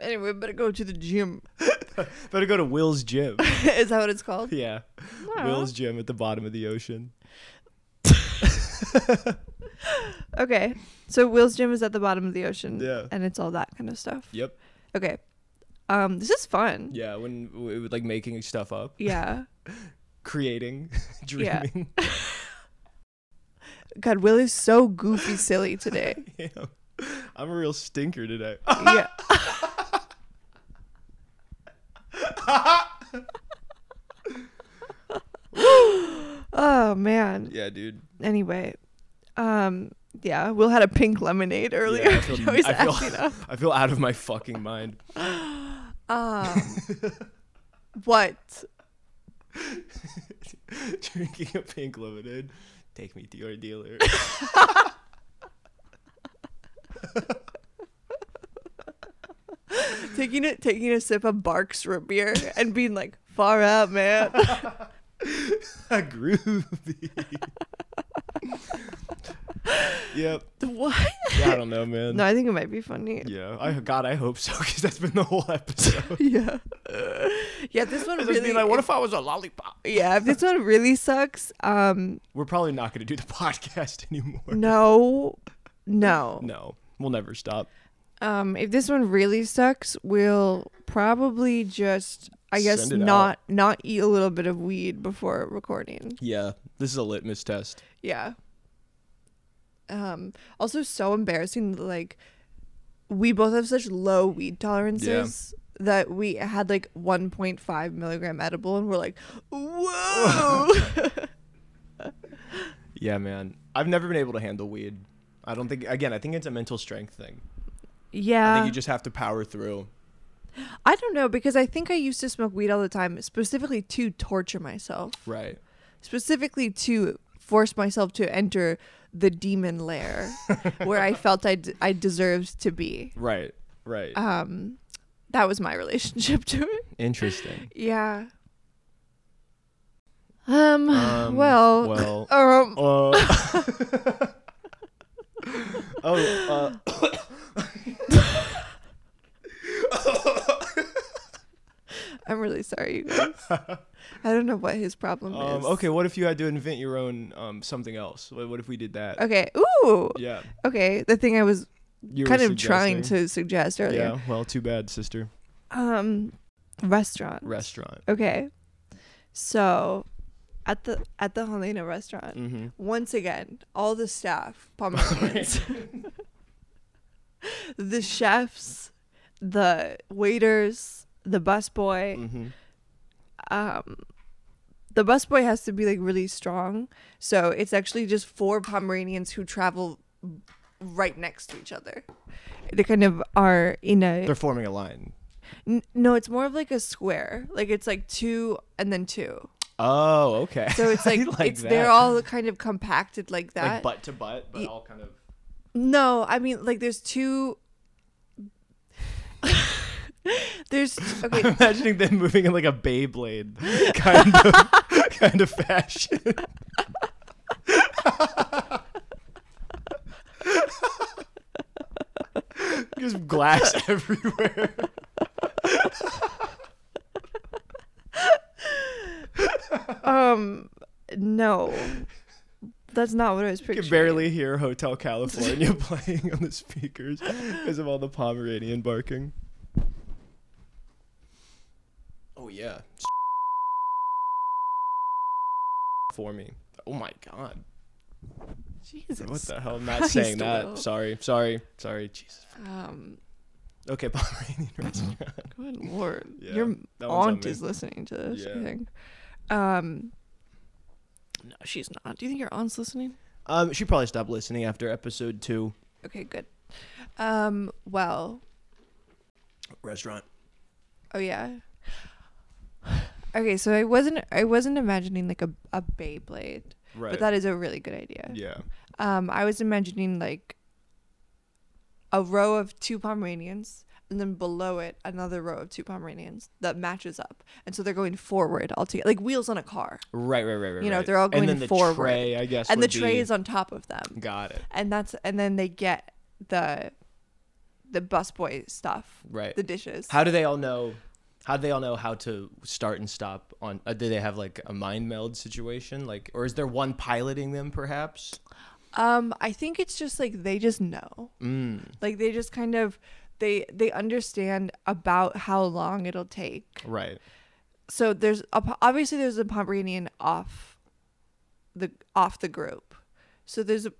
B: Anyway, better go to the gym.
A: Better go to Will's gym.
B: Is that what it's called?
A: Yeah.
B: Wow.
A: Will's gym at the bottom of the ocean.
B: Okay. So Will's gym is at the bottom of the ocean.
A: Yeah.
B: And it's all that kind of stuff.
A: Yep.
B: Okay. Um, this is fun.
A: Yeah, when w- like making stuff up,
B: Yeah.
A: creating,
B: Yeah.
A: dreaming.
B: God, Will is so goofy silly today.
A: Damn. I'm a real stinker today.
B: yeah. oh man.
A: yeah, dude.
B: Anyway. Um yeah, Will had a pink lemonade earlier.
A: Yeah, I
B: He's
A: feel,
B: always
A: I,
B: acting
A: feel,
B: up.
A: I feel out of my fucking mind.
B: Um, what?
A: Drinking a pink lemonade. Take me to your dealer.
B: Taking it taking a sip of Barks root beer and being like, far out, man.
A: Groovy. yep.
B: what?
A: Yeah, I don't know, man.
B: No, I think it might be funny.
A: Yeah. I God, I hope so, because that's been the whole episode.
B: Yeah. Yeah, this one
A: It's
B: really
A: just being like, what if I was a lollipop?
B: Yeah, if this one really sucks, um
A: We're probably not going to do the podcast anymore.
B: no. No.
A: No, we'll never stop.
B: Um if this one really sucks, we'll probably just I guess
A: Send it
B: not not eat a little bit of weed before recording.
A: Yeah, this is a litmus test.
B: Yeah. Um also so embarrassing that, like we both have such low weed tolerances that we had like 1.5 milligram edible and we're like, "Whoa."
A: Yeah, man. I've never been able to handle weed. I don't think. Again, I think it's a mental strength thing. I
B: yeah.
A: think you just have to power through.
B: I don't know because I think I used to smoke weed all the time, specifically to torture myself,
A: Right.
B: specifically to force myself to enter the demon lair where I felt I, d- I deserved to be.
A: Right. Right.
B: Um, that was my relationship to it.
A: Interesting.
B: Yeah. Um,
A: Um,
B: well,
A: well,
B: um,
A: Uh, oh, uh,
B: I'm really sorry, you guys. I don't know what his problem
A: um,
B: is.
A: okay. What if you had to invent your own um, something else? What, what if we did that?
B: Okay. Ooh.
A: Yeah.
B: Okay. The thing I was
A: You were
B: kind of trying
A: suggesting.
B: to suggest earlier.
A: Yeah. Well, too bad, sister.
B: um restaurant
A: Restaurant.
B: okay so at the at the helena restaurant
A: Mm-hmm.
B: once again all the staff pomeranians the chefs the waiters the busboy
A: Mm-hmm.
B: um the busboy has to be like really strong so it's actually just four pomeranians who travel right next to each other they kind of are in a
A: They're forming a line.
B: N- no, it's more of like a square. Like it's like two and then two.
A: Oh, okay.
B: So it's
A: I
B: like, it's they're
A: that.
B: all kind of compacted like
A: like
B: that.
A: butt to butt, but
B: Ye-
A: all kind of.
B: no, I mean like there's two. there's okay.
A: I'm imagining them moving in like a Beyblade kind of kind of fashion. Just glass everywhere.
B: Um, no, that's not what I was
A: You can
B: picturing.
A: barely hear Hotel California playing on the speakers because of all the Pomeranian barking. Oh yeah. For me. Oh my god.
B: Jesus.
A: What the hell? I'm not
B: Christ,
A: saying that.
B: Will.
A: Sorry, sorry, sorry. Jesus.
B: Um,
A: Okay, Pomeranian restaurant.
B: good lord,
A: Yeah,
B: your
A: that one's on
B: aunt
A: me.
B: is listening to this. I
A: Yeah.
B: think. Um, no, she's not. Do you think your aunt's listening?
A: Um, she probably stopped listening after episode two.
B: Okay, good. Um, well,
A: Restaurant.
B: oh yeah. Okay, so I wasn't I wasn't imagining like a a Beyblade,
A: Right.
B: but that is a really good idea.
A: yeah.
B: Um, I was imagining like a row of two Pomeranians, and then below it another row of two Pomeranians that matches up, and so they're going forward all together, like wheels on a car,
A: Right, right, right, right.
B: You know,
A: right.
B: they're all going
A: and then
B: forward.
A: The tray, I guess.
B: and the
A: would
B: tray
A: be-
B: is on top of them,
A: Got it.
B: and that's and then they get the the busboy stuff,
A: Right.
B: The dishes.
A: How do they all know? How do they all know how to start and stop on? Uh, do they have like a mind meld situation, like, or is there one piloting them perhaps?
B: um, I think it's just like they just know,
A: Mm.
B: like they just kind of they they understand about how long it'll take.
A: Right.
B: So there's a, Po- obviously there's a Pomeranian off the off the group. So there's a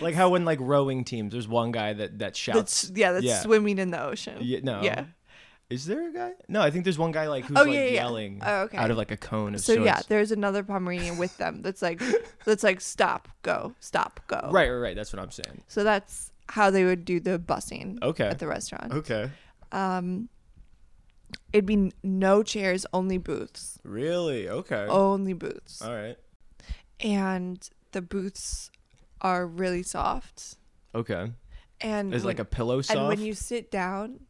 A: Like how when like rowing teams, there's one guy that that shouts.
B: that's yeah that's
A: yeah.
B: swimming in the ocean.
A: Yeah, no.
B: Yeah.
A: Is there a guy? No, I think there's one guy like who's
B: Oh,
A: like
B: yeah, yeah, yeah.
A: yelling
B: Oh, okay.
A: out of like a cone of
B: So
A: sorts.
B: yeah, there's another Pomeranian with them that's like that's like stop, go, stop, go.
A: Right, right, right. That's what I'm saying.
B: So that's how they would do the busing
A: Okay.
B: at the restaurant.
A: Okay.
B: Um it'd be n- no chairs, only booths.
A: Really? Okay.
B: Only booths.
A: All right.
B: And the booths are really soft.
A: Okay.
B: And
A: Is like a
B: when-
A: pillow soft?
B: and when you sit down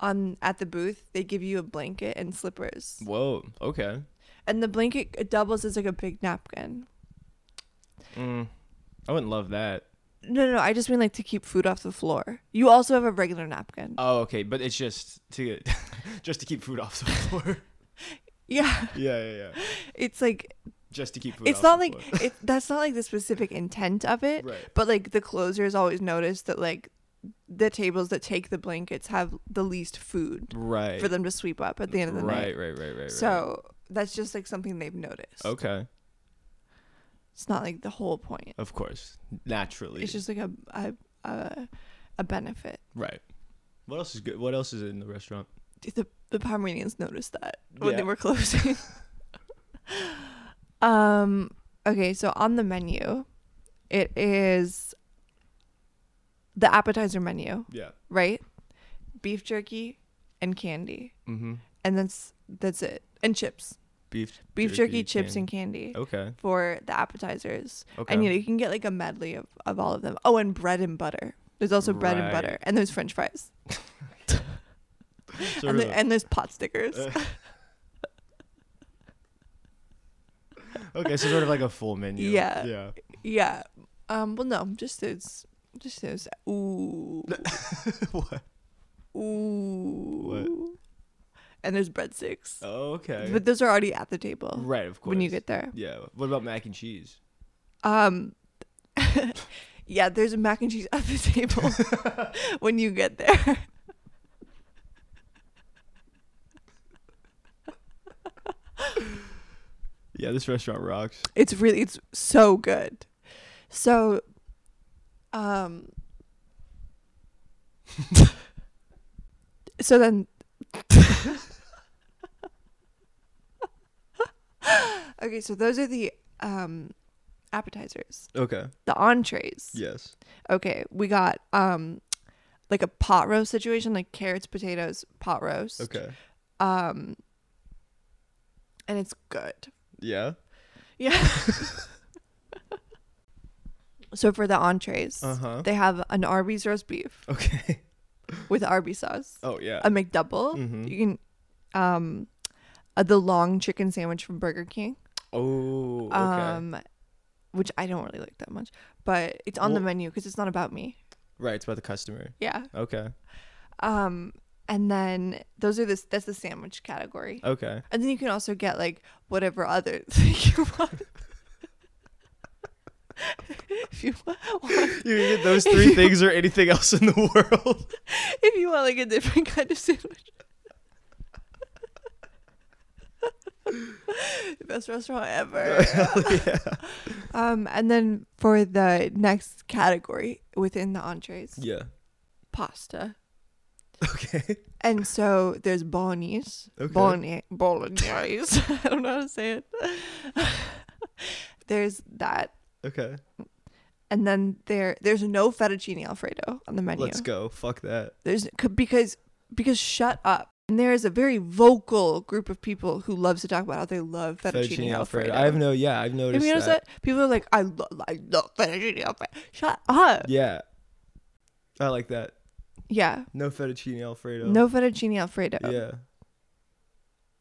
B: on at the booth, they give you a blanket and slippers.
A: Whoa. Okay.
B: And the blanket it doubles as like a big napkin.
A: Mm. I wouldn't love that.
B: No, no, no, I just mean like to keep food off the floor. You also have a regular napkin.
A: Oh, okay. But it's just to just to keep food off the floor.
B: yeah,
A: yeah, yeah, yeah.
B: it's like
A: Just to keep food.
B: it's
A: off
B: not
A: the
B: like
A: floor.
B: it, that's not like the specific intent of it.
A: Right.
B: But like the closers always notice that like the tables that take the blankets have the least food
A: Right.
B: for them to sweep up at the end of the
A: right,
B: night.
A: right, right, right, Oh. right.
B: So that's just like something they've noticed.
A: okay,
B: It's not like the whole point.
A: of course, naturally.
B: It's just like a a a, a benefit.
A: right. What else is good? What else is in the restaurant?
B: The the Pomeranians noticed that when
A: Yeah.
B: they were closing. um okay, so on the menu, it is the appetizer menu.
A: Yeah.
B: right? Beef jerky and candy,
A: Mm-hmm.
B: and that's that's it. And chips,
A: Beef.
B: beef jerky, chips,
A: can-
B: and candy
A: Okay.
B: for the appetizers.
A: Okay.
B: And you know you can get like a medley of, of all of them. Oh, and bread and butter. There's also bread and
A: Right.
B: butter, and there's French fries,
A: Sort
B: and,
A: of
B: there, and there's pot stickers.
A: Uh, a- okay, so sort of like a full menu.
B: uh, Yeah.
A: Yeah.
B: yeah. Um. Well, no, just those, just those. Ooh.
A: What?
B: Ooh. And there's breadsticks,
A: Okay.
B: but those are already at the table
A: right, of course.
B: when you get there.
A: Yeah. What about mac and cheese?
B: Um, yeah, there's a mac and cheese at the table when you get there.
A: Yeah, this restaurant rocks.
B: It's really, it's so good. So, um, so then, okay, so those are the um appetizers,
A: Okay.
B: the entrees.
A: Yes.
B: Okay, we got um like a pot roast situation, like carrots, potatoes, pot roast.
A: Okay.
B: Um and it's good.
A: Yeah.
B: Yeah. so for the entrees,
A: Uh-huh.
B: they have an Arby's roast beef
A: Okay.
B: with Arby's sauce,
A: Oh yeah.
B: a McDouble.
A: Mhm.
B: You can um uh, the long chicken sandwich from Burger King.
A: oh. Okay.
B: Um which I don't really like that much, but it's on the
A: Wh-
B: menu because it's not about me.
A: right. It's about the customer.
B: Yeah.
A: Okay.
B: Um, and then those are this that's the sandwich category.
A: Okay.
B: And then you can also get like whatever other thing you want. if you want,
A: You can get those three things or anything else in the world.
B: if you want like a different kind of sandwich. The Best restaurant ever. Um, and then for the next category within the entrees,
A: Yeah.
B: pasta.
A: Okay.
B: And so there's bolognese,
A: Okay.
B: bologna, bolognese. I don't know how to say it. there's that,
A: Okay.
B: and then there there's no fettuccine alfredo on the menu.
A: Let's go. Fuck that.
B: There's c- because because shut up. And there is a very vocal group of people who loves to talk about how they love fettuccine, alfredo.
A: I have no. Yeah, I've
B: Have
A: noticed.
B: you noticed
A: that.
B: that? People are like, I love, I love fettuccine alfredo. Shut up.
A: Yeah. I like that.
B: Yeah.
A: No fettuccine alfredo.
B: No fettuccine alfredo.
A: Yeah.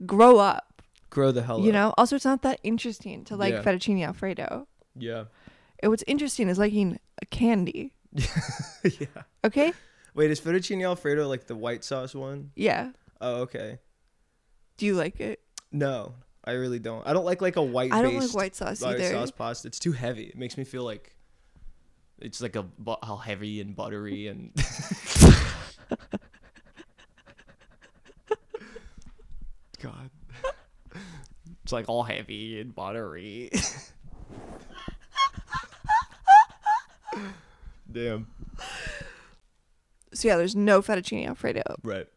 B: Grow up.
A: Grow the hell
B: You
A: up.
B: know, also it's not that interesting to like
A: Yeah.
B: fettuccine alfredo.
A: Yeah.
B: And what's interesting is liking a candy.
A: yeah.
B: Okay?
A: Wait, is fettuccine alfredo like the white sauce one?
B: Yeah.
A: Oh, okay.
B: Do you like it?
A: No, I really don't. I don't like like a white.
B: I don't like white sauce either.
A: sauce pasta. It's too heavy. It makes me feel like it's like a bu- how heavy and buttery and. God, it's like all heavy and buttery. Damn.
B: So yeah, there's no fettuccine alfredo.
A: Right.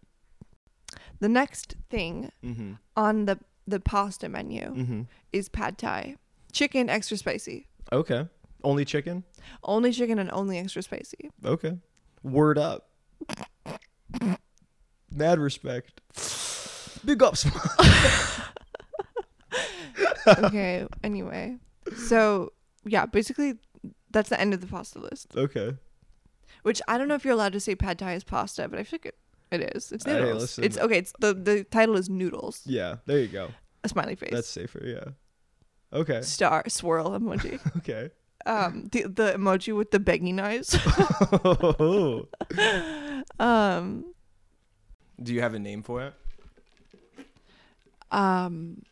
B: The next thing
A: Mm-hmm.
B: on the the pasta menu
A: Mm-hmm.
B: is pad thai, chicken extra spicy,
A: Okay. Only chicken.
B: only chicken and only extra spicy.
A: Okay. Word up. Mad respect. Big ups.
B: Okay. anyway, so yeah, basically that's the end of the pasta list.
A: okay.
B: Which I don't know if you're allowed to say pad thai is pasta, but I think it, it is. It's
A: Hey,
B: noodles.
A: listen.
B: it's okay. It's the the title is noodles.
A: Yeah. There you go.
B: A smiley face.
A: That's safer. Yeah. Okay.
B: star swirl emoji.
A: Okay.
B: um, the the emoji with the begging knives. um,
A: Do you have a name for it?
B: um,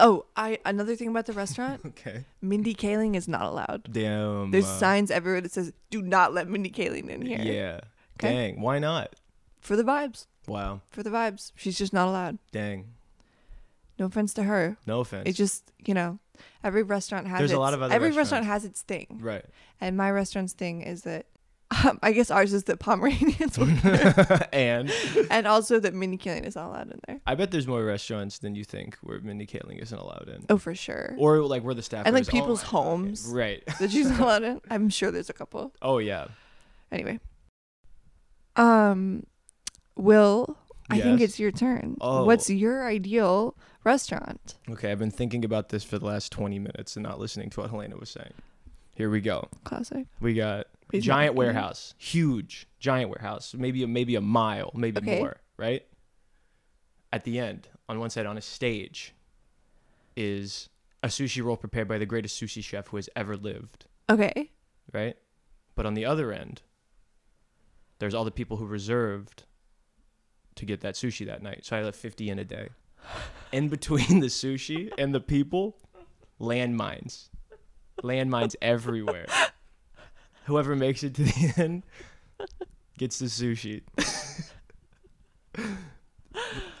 B: oh, I another thing about the restaurant,
A: Okay.
B: Mindy Kaling is not allowed.
A: Damn.
B: There's
A: uh,
B: signs everywhere that says "Do not let Mindy Kaling in here."
A: Yeah.
B: Okay.
A: Dang. Why not?
B: For the vibes,
A: Wow.
B: for the vibes, she's just not allowed.
A: Dang.
B: No offense to her.
A: No offense.
B: It's just you know, every restaurant has
A: There's a
B: its,
A: lot of other
B: every restaurant
A: restaurants.
B: has its thing,
A: right.
B: and my restaurant's thing is that. Um, I guess ours is that Pomeranians, were-
A: and
B: and also that Mindy Kaling is not allowed in there.
A: I bet there's more restaurants than you think where Mindy Kaling isn't allowed in,
B: Oh, for sure.
A: or like where the staff
B: And, like,
A: goes, "Oh
B: people's
A: my God."
B: homes.
A: Right.
B: that she's not allowed in. I'm sure there's a couple.
A: Oh yeah.
B: Anyway. Um Will, I think
A: Yes.
B: it's your turn.
A: Oh.
B: What's your ideal restaurant?
A: Okay, I've been thinking about this for the last 20 minutes and not listening to what Helena was saying. Here we go.
B: Classic.
A: We got
B: Please
A: giant
B: make it.
A: warehouse, huge giant warehouse, maybe a, maybe a mile, maybe
B: Okay.
A: more, right? At the end, on one side on a stage is a sushi roll prepared by the greatest sushi chef who has ever lived,
B: Okay.
A: right? But on the other end, there's all the people who reserved to get that sushi that night. So I left 50 in a day. In between the sushi and the people, landmines. Landmines everywhere. Whoever makes it to the end gets the sushi.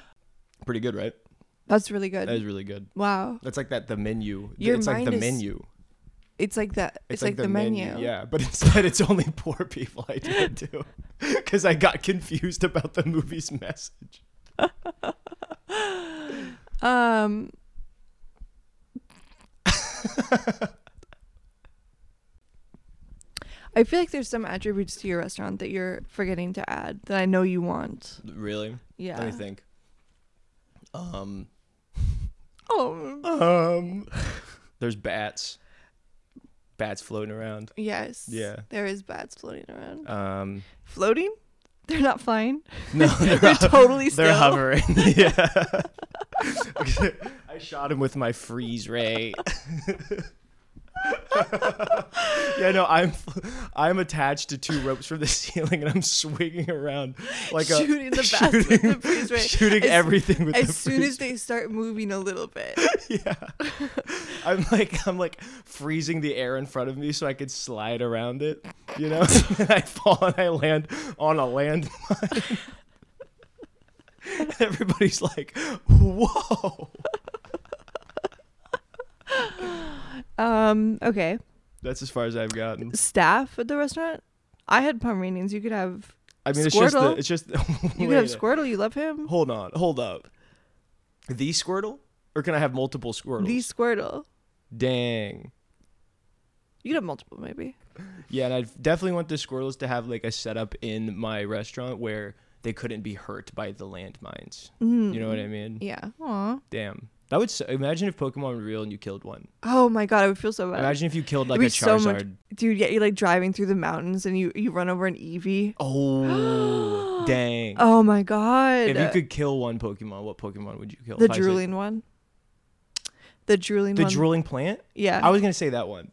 A: Pretty good, right?
B: That's really good.
A: That is really good.
B: wow.
A: That's like that the menu.
B: Your
A: it's like
B: mind
A: the
B: is-
A: menu.
B: It's like that it's, like, the, menu.
A: Yeah, but instead it's only poor people I did do because I got confused about the movie's message.
B: Um I feel like there's some attributes to your restaurant that you're forgetting to add that I know you want.
A: Really?
B: Yeah.
A: Let me think. Um,
B: Oh,
A: um, there's bats. Bats floating around.
B: Yes.
A: Yeah.
B: There is bats floating around.
A: Um,
B: floating? They're not flying.
A: no,
B: They're,
A: they're,
B: totally still.
A: they're hovering. yeah. I shot him with my freeze ray. yeah, no, I'm I'm attached to two ropes from the ceiling, and I'm swinging around like a
B: Shooting the bats with the freeze ray.
A: shooting
B: As-
A: everything with the
B: As soon
A: freeze-
B: as they start moving a little bit.
A: yeah, I'm like I'm like freezing the air in front of me so I could slide around it, you know. and I fall and I land on a landmine. Everybody's like, "Whoa!"
B: Um, okay.
A: That's as far as I've gotten.
B: Staff at the restaurant? I had Pomeranians. You could have
A: I mean, it's just the,
B: Squirtle.
A: it's just.
B: you could
A: Wait
B: have
A: a-
B: Squirtle, you love him.
A: Hold on, hold up. The Squirtle, or can I have multiple Squirtles?
B: The Squirtle.
A: Dang.
B: You could have multiple maybe.
A: Yeah, and I definitely want the Squirtles to have like a setup in my restaurant where they couldn't be hurt by the landmines. You know what I mean?
B: Mm. Yeah. Aw.
A: Damn. That would so, imagine if Pokemon were real and you killed one.
B: Oh my god, I would feel so bad.
A: Imagine if you killed
B: It'd
A: like a
B: be
A: Charizard.
B: so much- Dude, yeah, you're like driving through the mountains and you, you run over an Eevee.
A: Oh, dang.
B: Oh my god.
A: if you could kill one Pokemon, what Pokemon would you kill?
B: The
A: If I said-
B: drooling one. The drooling
A: The
B: one.
A: drooling plant?
B: yeah.
A: I was gonna say that one.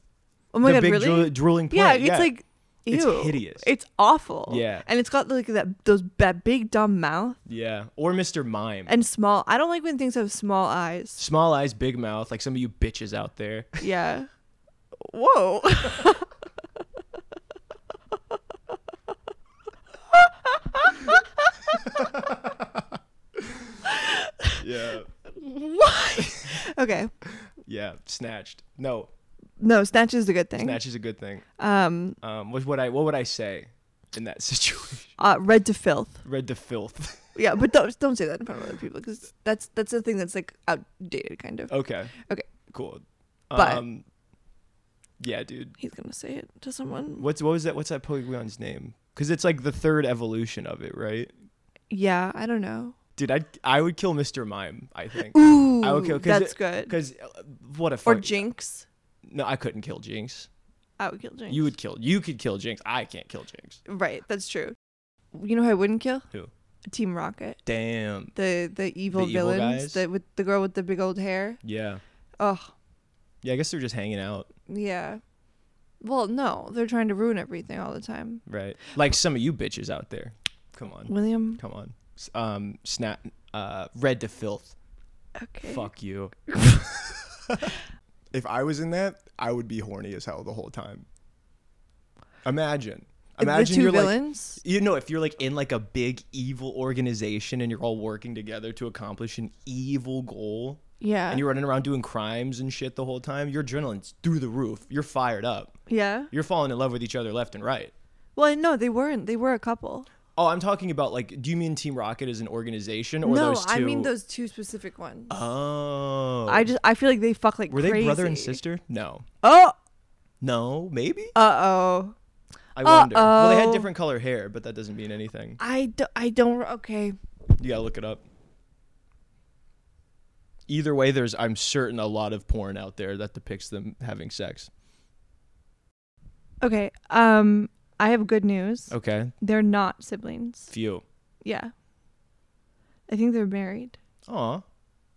B: Oh my
A: the
B: god,
A: big
B: really?
A: drool- drooling plant.
B: yeah, it's like ew.
A: It's hideous.
B: It's awful.
A: Yeah.
B: And it's got like that those that big dumb mouth
A: yeah, or Mr. Mime.
B: and small. I don't like when things have small eyes.
A: Small eyes, big mouth, like some of you bitches out there.
B: Yeah. Whoa.
A: Yeah,
B: what? okay.
A: yeah, snatched. No,
B: No, snatch is a good thing.
A: snatch is a good thing.
B: Um,
A: Um, what would I? What would I say in that situation?
B: uh, red to filth.
A: Read the filth.
B: Yeah, but don't don't say that in front of other people because that's that's the thing that's like outdated, kind of.
A: Okay.
B: Okay.
A: Cool.
B: But-
A: um, yeah, dude.
B: He's gonna say it to someone.
A: What's what was that? What's that Pokemon's name? Because it's like the third evolution of it, right?
B: Yeah, I don't know.
A: Dude, I I would kill Mr. Mime. I think.
B: Ooh,
A: I would kill- 'cause
B: that's
A: it-
B: good.
A: Because what a
B: Or
A: fuck.
B: Jinx.
A: no, I couldn't kill Jinx.
B: I would kill Jinx.
A: You would kill. You could kill Jinx. I can't kill Jinx.
B: Right, that's true. You know who I wouldn't kill?
A: Who?
B: Team Rocket.
A: Damn.
B: The the evil
A: The evil
B: villains.
A: guys?
B: The with the girl with the big old hair.
A: Yeah.
B: Ugh.
A: Yeah. I guess they're just hanging out,
B: Yeah. Well, no, they're trying to ruin everything all the time.
A: right? Like some of you bitches out there. Come on.
B: William.
A: Come on. S- Um. Snap. Uh. Red to filth.
B: Okay.
A: Fuck you. if I was in that, I would be horny as hell the whole time. Imagine. Imagine
B: the 2
A: you're like
B: villains.
A: you know, if you're like in like a big evil organization and you're all working together to accomplish an evil goal
B: yeah.
A: and you're running around doing crimes and shit the whole time, your adrenaline's through the roof. You're fired up.
B: yeah.
A: You're falling in love with each other left and right.
B: Well, no, they weren't. They were a couple.
A: Oh, I'm talking about like do you mean Team Rocket as an organization or
B: no,
A: those two
B: I mean those two specific ones.
A: Oh.
B: I just I feel like they fuck like
A: Were they brother and
B: crazy.
A: sister? No.
B: Oh,
A: No, maybe?
B: uh oh.
A: I wonder. Well, they had
B: Uh-oh.
A: different color hair, but that doesn't mean anything.
B: I do, I don't. Okay.
A: You gotta look it up. Either way, there's I'm certain a lot of porn out there that depicts them having sex.
B: Okay. Um, I have good news.
A: Okay,
B: They're not siblings.
A: few.
B: Yeah. I think they're married.
A: Aw,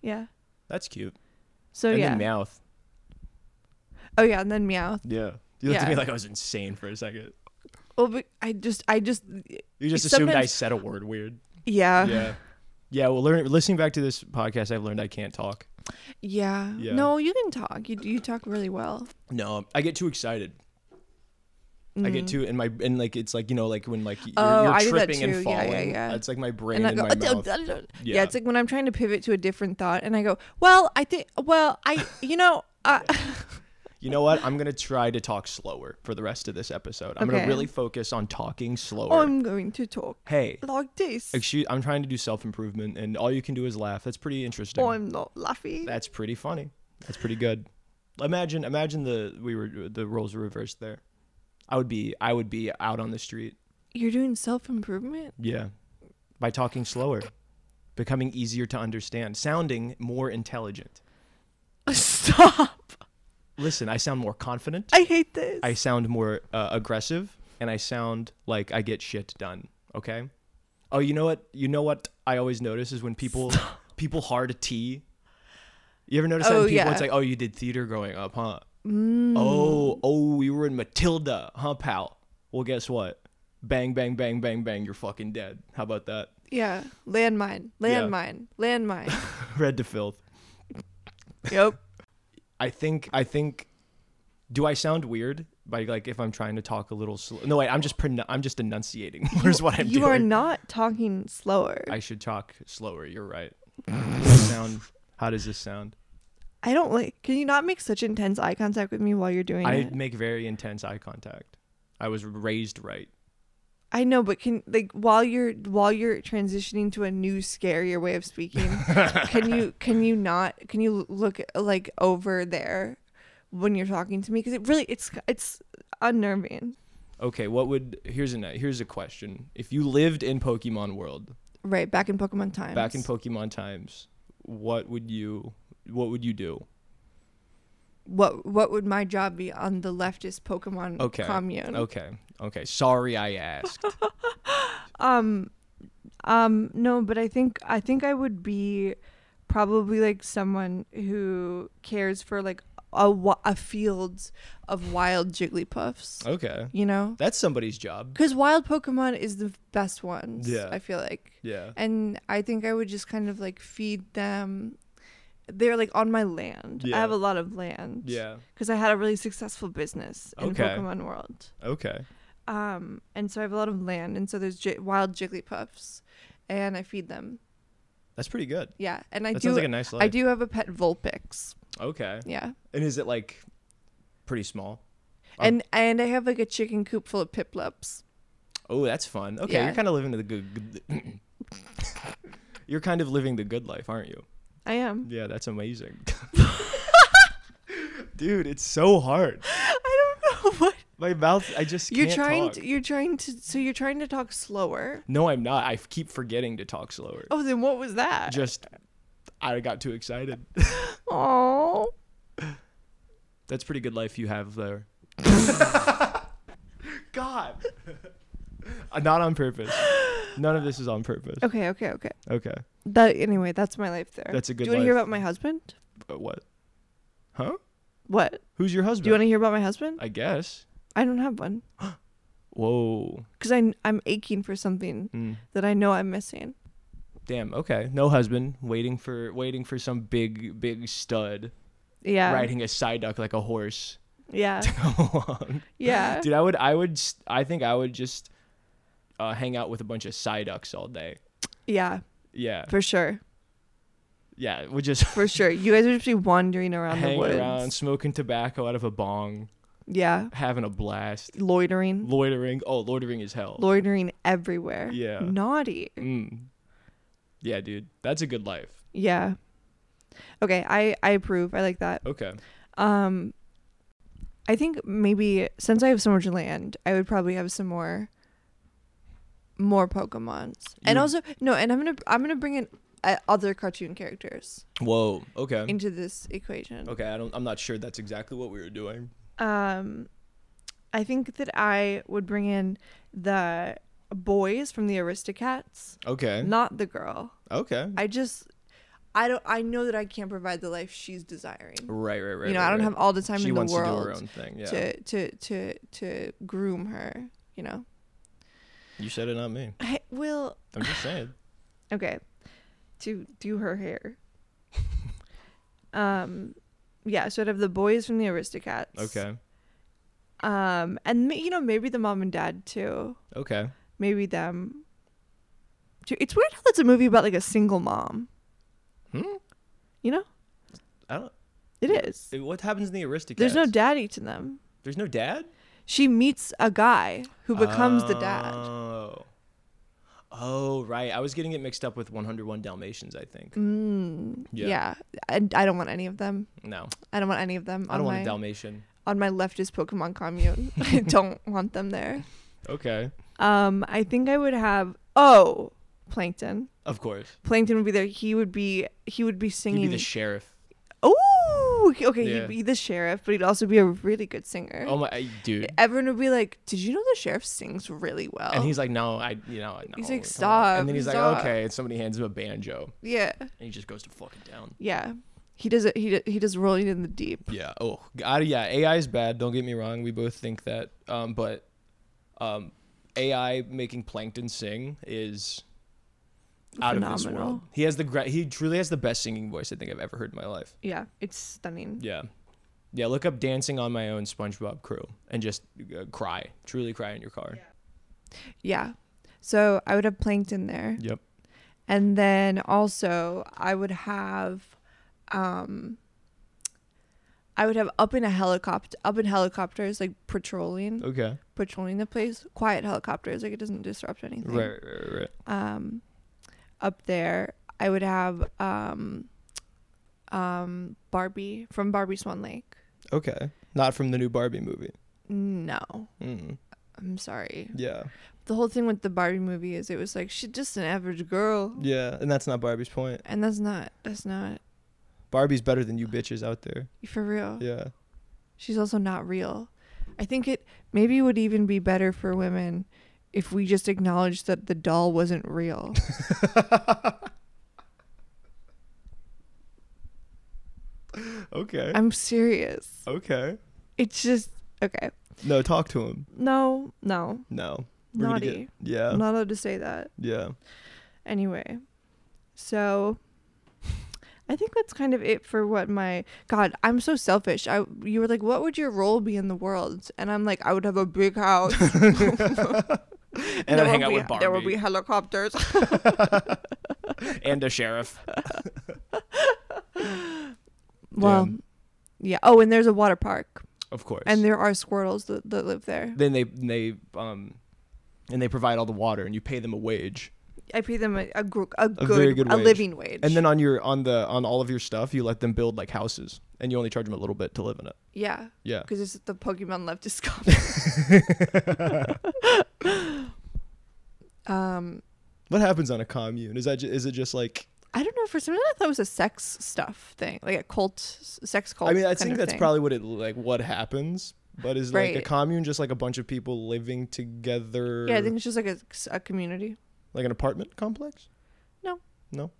B: Yeah.
A: that's cute.
B: So
A: and
B: yeah.
A: then mouth.
B: oh yeah, and then meow.
A: Yeah, you looked at
B: Yeah.
A: me like I was insane for a second.
B: Well, Oh, but I just I just
A: You just
B: It's
A: assumed I
B: sometimes- Uh-huh.
A: said a word weird.
B: yeah. yeah.
A: Yeah, yeah. Well, learn, listening back to this podcast, I've learned I can't talk. Yeah.
B: No, you can talk. You you talk really well.
A: No, I get too excited. I get too, and my and like it's like you know like when like you're,
B: Mm. Oh,
A: you're
B: I do that
A: tripping and
B: too. Yeah,
A: falling.
B: yeah, yeah.
A: It's like my brain
B: And
A: and,
B: I go,
A: my mouth.
B: yeah.
A: Yeah.
B: yeah, it's like when I'm trying to pivot to a different thought, and I go, well, I think, well, I, you know, uh,
A: You know what? I'm gonna try to talk slower for the rest of this episode. I'm gonna
B: Okay. Oh,
A: really focus on talking slower.
B: I'm going to talk
A: hey,
B: like this.
A: excuse. I'm trying to do self improvement, and all you can do is laugh. That's pretty interesting.
B: Oh, I'm not laughing.
A: That's pretty funny. That's pretty good. Imagine, imagine the we were the roles were reversed there. I would be, I would be out on the street.
B: You're doing self improvement.
A: Yeah, by talking slower, becoming easier to understand, sounding more intelligent.
B: Stop.
A: Listen, I sound more confident.
B: I hate this.
A: I sound more uh, aggressive and I sound like I get shit done. Okay. Oh, you know what? You know what I always notice is when people people hard T. You ever notice that
B: Oh,
A: in people?
B: yeah. Mm.
A: It's like, oh, you did theater growing up, huh? Oh, oh, you were in Matilda, huh, pal? Well, guess what? Bang, bang, bang, bang, bang. You're fucking dead. How about that?
B: yeah. Landmine.
A: Yeah.
B: Landmine. Landmine.
A: Red to filth.
B: yep.
A: I think. I think. Do I sound weird? By like, if I'm trying to talk a little slow. No, wait. I'm just. Pronu- I'm just enunciating. Here's what I'm
B: you
A: doing.
B: are not talking slower.
A: I should talk slower. You're right. sound. How does this sound?
B: I don't like. Can you not make such intense eye contact with me while you're doing
A: I
B: it?
A: make very intense eye contact. I was raised right.
B: I know, but can like while you're while you're transitioning to a new scarier way of speaking, can you can you not can you look like over there when you're talking to me? Because it really it's it's unnerving.
A: Okay, what would here's a here's a question. If you lived in Pokemon World,
B: Right back in Pokemon times.
A: back in Pokemon times, what would you what would you do?
B: what what would my job be on the leftist Pokemon
A: Okay.
B: commune?
A: Okay. Okay. Sorry I asked.
B: Um, no, but I think I think I would be probably like someone who cares for like a, wa- a field of wild Jigglypuffs.
A: Okay.
B: You know,
A: That's somebody's job.
B: because wild Pokemon is the best ones.
A: Yeah.
B: I feel like.
A: Yeah.
B: and I think I would just kind of like feed them. They're like on my land.
A: Yeah.
B: I have a lot of land.
A: Yeah.
B: Because I had a really successful business in
A: Okay.
B: Pokemon World.
A: Okay.
B: Um, and so I have a lot of land, and so there's j- wild Jigglypuffs, and I feed them.
A: That's pretty good.
B: Yeah, and I
A: that
B: do.
A: sounds like a nice life.
B: I do have a pet Vulpix.
A: Okay.
B: Yeah,
A: And is it like pretty small? Um,
B: and and I have like a chicken coop full of Piplups.
A: Oh, that's fun. Okay,
B: Yeah.
A: you're kind of living the good. good you're kind of living the good life, aren't you?
B: I am.
A: Yeah, that's amazing. Dude, it's so hard.
B: I don't know what
A: My mouth. I just
B: you're
A: can't
B: trying.
A: talk.
B: To, you're trying to. So you're trying to talk slower.
A: No, I'm not. I f- keep forgetting to talk slower.
B: Oh, then what was that?
A: Just, I got too excited.
B: Oh.
A: That's pretty good life you have there. God. Uh, not on purpose. None of this is on purpose.
B: Okay, okay, okay.
A: Okay.
B: That anyway, that's my life there.
A: That's a good
B: Do you want to hear
A: life.
B: about my husband?
A: But Uh, what? Huh?
B: What?
A: Who's your husband?
B: Do you want to hear about my husband?
A: I guess.
B: I don't have one
A: Whoa.
B: because I I'm aching for something
A: Mm.
B: that I know I'm missing.
A: Damn. Okay. No husband. Waiting for waiting for some big big stud
B: Yeah. Uh.
A: riding a side duck like a horse.
B: Yeah.
A: Along.
B: Yeah.
A: Dude, I would I would s- I think I would just uh, hang out with a bunch of side ducks all day.
B: yeah.
A: Yeah.
B: For sure.
A: Yeah. Would just
B: For sure. You guys would just be wandering around the
A: hang
B: woods.
A: around, smoking tobacco out of a bong,
B: Yeah.
A: having a blast,
B: Loitering.
A: loitering. Oh, loitering is hell.
B: Loitering everywhere.
A: Yeah.
B: Naughty.
A: mm. Yeah, dude, that's a good life.
B: Yeah. Okay, I I approve. I like that.
A: Okay.
B: Um, I think maybe since I have so much land, I would probably have some more, more Pokemon's, and
A: You-
B: also no, and I'm gonna I'm gonna bring in uh, other cartoon characters
A: Whoa. Okay.
B: into this equation.
A: Okay. I don't. I'm not sure that's exactly what we were doing.
B: Um, I think that I would bring in the boys from the Aristocats,
A: Okay.
B: not the girl.
A: Okay.
B: I just, I don't. I know that I can't provide the life she's desiring.
A: Right. Right. Right.
B: you know,
A: right,
B: I don't
A: right.
B: have all the time
A: She
B: in the
A: wants
B: world.
A: to do her own thing. Yeah.
B: to to to to groom her you know
A: You said it, not me.
B: i will
A: I'm just saying.
B: okay to do her hair um yeah so i'd have the boys from the aristocats
A: Okay.
B: um and ma- you know maybe the mom and dad too
A: Okay.
B: maybe them too it's weird how that's a movie about like a single mom
A: Hmm.
B: you know
A: I don't.
B: it is
A: eh, What happens in the Aristocats?
B: there's no daddy to them
A: There's no dad.
B: she meets a guy who becomes the dad
A: Oh. Oh right. I was getting it mixed up with 101 Dalmatians. I think.
B: mm,
A: Yeah.
B: yeah, I, I don't want any of them
A: No,
B: i don't want any of them
A: I don't
B: on
A: want
B: my-
A: a Dalmatian.
B: on my leftist Pokemon commune. I don't want them there.
A: Okay.
B: Um, I think I would have oh Plankton.
A: Of course.
B: Plankton would be there. He would be he would be singing.
A: You'd be the sheriff.
B: oh, okay.
A: Yeah.
B: He'd be the sheriff, but he'd also be a really good singer.
A: Oh my, I- dude.
B: Everyone would be like, "Did you know the sheriff sings really well?"
A: And he's like, no, I, you know, no,
B: Oh. He's like,
A: come on."
B: "Stop,
A: And then he's
B: stop.
A: like, okay. And somebody hands him a banjo,
B: yeah,
A: and he just goes to fucking town.
B: yeah. He does it. He d- he does rolling in the deep.
A: Yeah. Oh God. Yeah. AI is bad. Don't get me wrong. We both think that. Um, but, um, AI making Plankton sing is out of this
B: Phenomenal.
A: world. He has the gra- he truly has the best singing voice I think I've ever heard in my life.
B: Yeah, it's stunning.
A: Yeah. Yeah, look up dancing on my own SpongeBob crew and just uh, cry, truly cry in your car.
B: Yeah. So I would have Plankton there.
A: Yep.
B: And then also I would have um I would have up in a helicopter up in helicopters like patrolling
A: Okay.
B: patrolling the place. Quiet helicopters, like it doesn't disrupt anything.
A: Right, right, right.
B: Um up there I would have um um Barbie from Barbie Swan Lake.
A: Okay. Not from the new Barbie movie.
B: No.
A: Mm.
B: I'm sorry.
A: Yeah.
B: The whole thing with the Barbie movie is it was like she's just an average girl.
A: Yeah, and that's not Barbie's point.
B: And that's not that's not
A: Barbie's better than you bitches out there.
B: for real.
A: Yeah.
B: She's also not real. I think it maybe would even be better for women if we just acknowledged that the doll wasn't real.
A: Okay.
B: I'm serious.
A: okay.
B: It's just okay.
A: No, talk to him.
B: No, no.
A: No. We're gonna get-
B: Naughty.
A: yeah.
B: I'm not allowed to say that.
A: yeah.
B: Anyway, so I think that's kind of it for what my God. I'm so selfish. I you were like, what would your role be in the world? And I'm like, I would have a big house.
D: And
B: There
D: I hang
B: will
D: out
B: be-
D: with Barbie
B: There will be helicopters.
D: and a sheriff.
B: well,
A: Damn.
B: yeah. Oh, and there's a water park,
A: Of course.
B: and there are squirrels that, that live there.
A: then they they um and they provide all the water and you pay them a wage.
B: I pay them a, a, gr- a, good,
A: very good
B: a
A: wage.
B: living wage.
A: And then on your on the on all of your stuff, you let them build like houses and you only charge them a little bit to live in it.
B: yeah,
A: Yeah.
B: because it's the Pokemon left is gone. um,
A: What happens on a commune? Is that ju- is it just like
B: I don't know. For some reason, I thought it was a sex stuff thing, like a cult, s- sex cult.
A: I mean, I
B: kind
A: think
B: of
A: that's
B: thing.
A: probably what it like what happens, but is like
B: Right.
A: a commune just like a bunch of people living together
B: Yeah, I think it's just like a, a community.
A: like an apartment complex?
B: No.
A: No.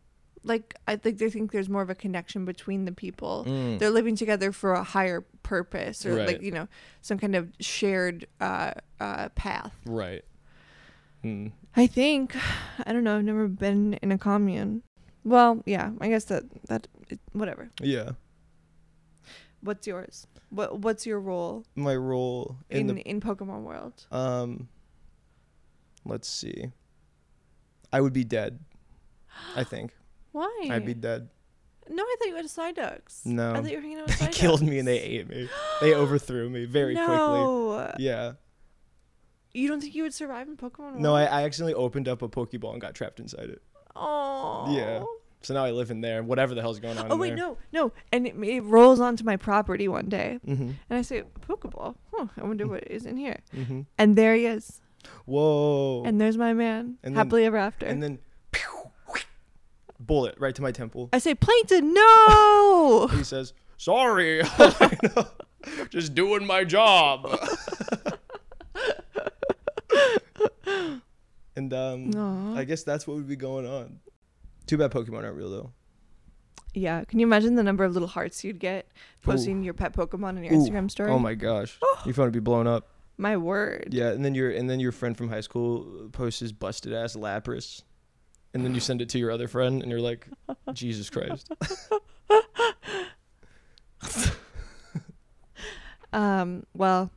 B: Like I think they think there's more of a connection between the people. They're living together for a higher purpose, or
A: Mm. Right.
B: like you know, some kind of shared uh, uh, path.
A: Right. Hmm.
B: I think. I don't know. I've never been in a commune. Well, yeah. I guess that that it, whatever.
A: Yeah.
B: What's yours? What What's your role
A: My role in
B: in
A: the
B: in, Pokemon World?
A: Um, let's see. I would be dead. I think
B: Why?
A: I'd be dead.
B: No, I thought you had side ducks.
A: No.
B: I thought you were hanging out with
A: They
B: side
A: killed me
B: ducks.
A: and they ate me. They overthrew me very quickly.
B: no.
A: Yeah.
B: You don't think you would survive in Pokemon World?
A: No, I, I accidentally opened up a Pokeball and got trapped inside it.
B: Oh.
A: Yeah. So now I live in there. Whatever the hell's going on.
B: Oh
A: in
B: wait,
A: there.
B: no, no, and it, it rolls onto my property one day,
A: Mm-hmm.
B: and I say, "Pokeball, huh? I wonder what is in here."
A: Mm-hmm.
B: And there he is,
A: Whoa. And,
B: and there's my man,
A: Oh. And then-
B: happily ever after.
A: then, pew, wheak, bullet right to my temple.
B: I say, "Plankton, no!"
A: He says, "Sorry, I know. just doing my job." and um,
B: Aw.
A: I guess that's what would be going on. Too bad Pokemon aren't real though.
B: yeah, can you imagine the number of little hearts you'd get posting your pet Pokemon in your
A: Ooh.
B: Instagram story?
A: Oh my gosh, your phone would be blown up.
B: My word.
A: Yeah, and then your and then your friend from high school posts his busted ass Lapras, and then you send it to your other friend, and you're like, Jesus Christ.
B: Um. Well,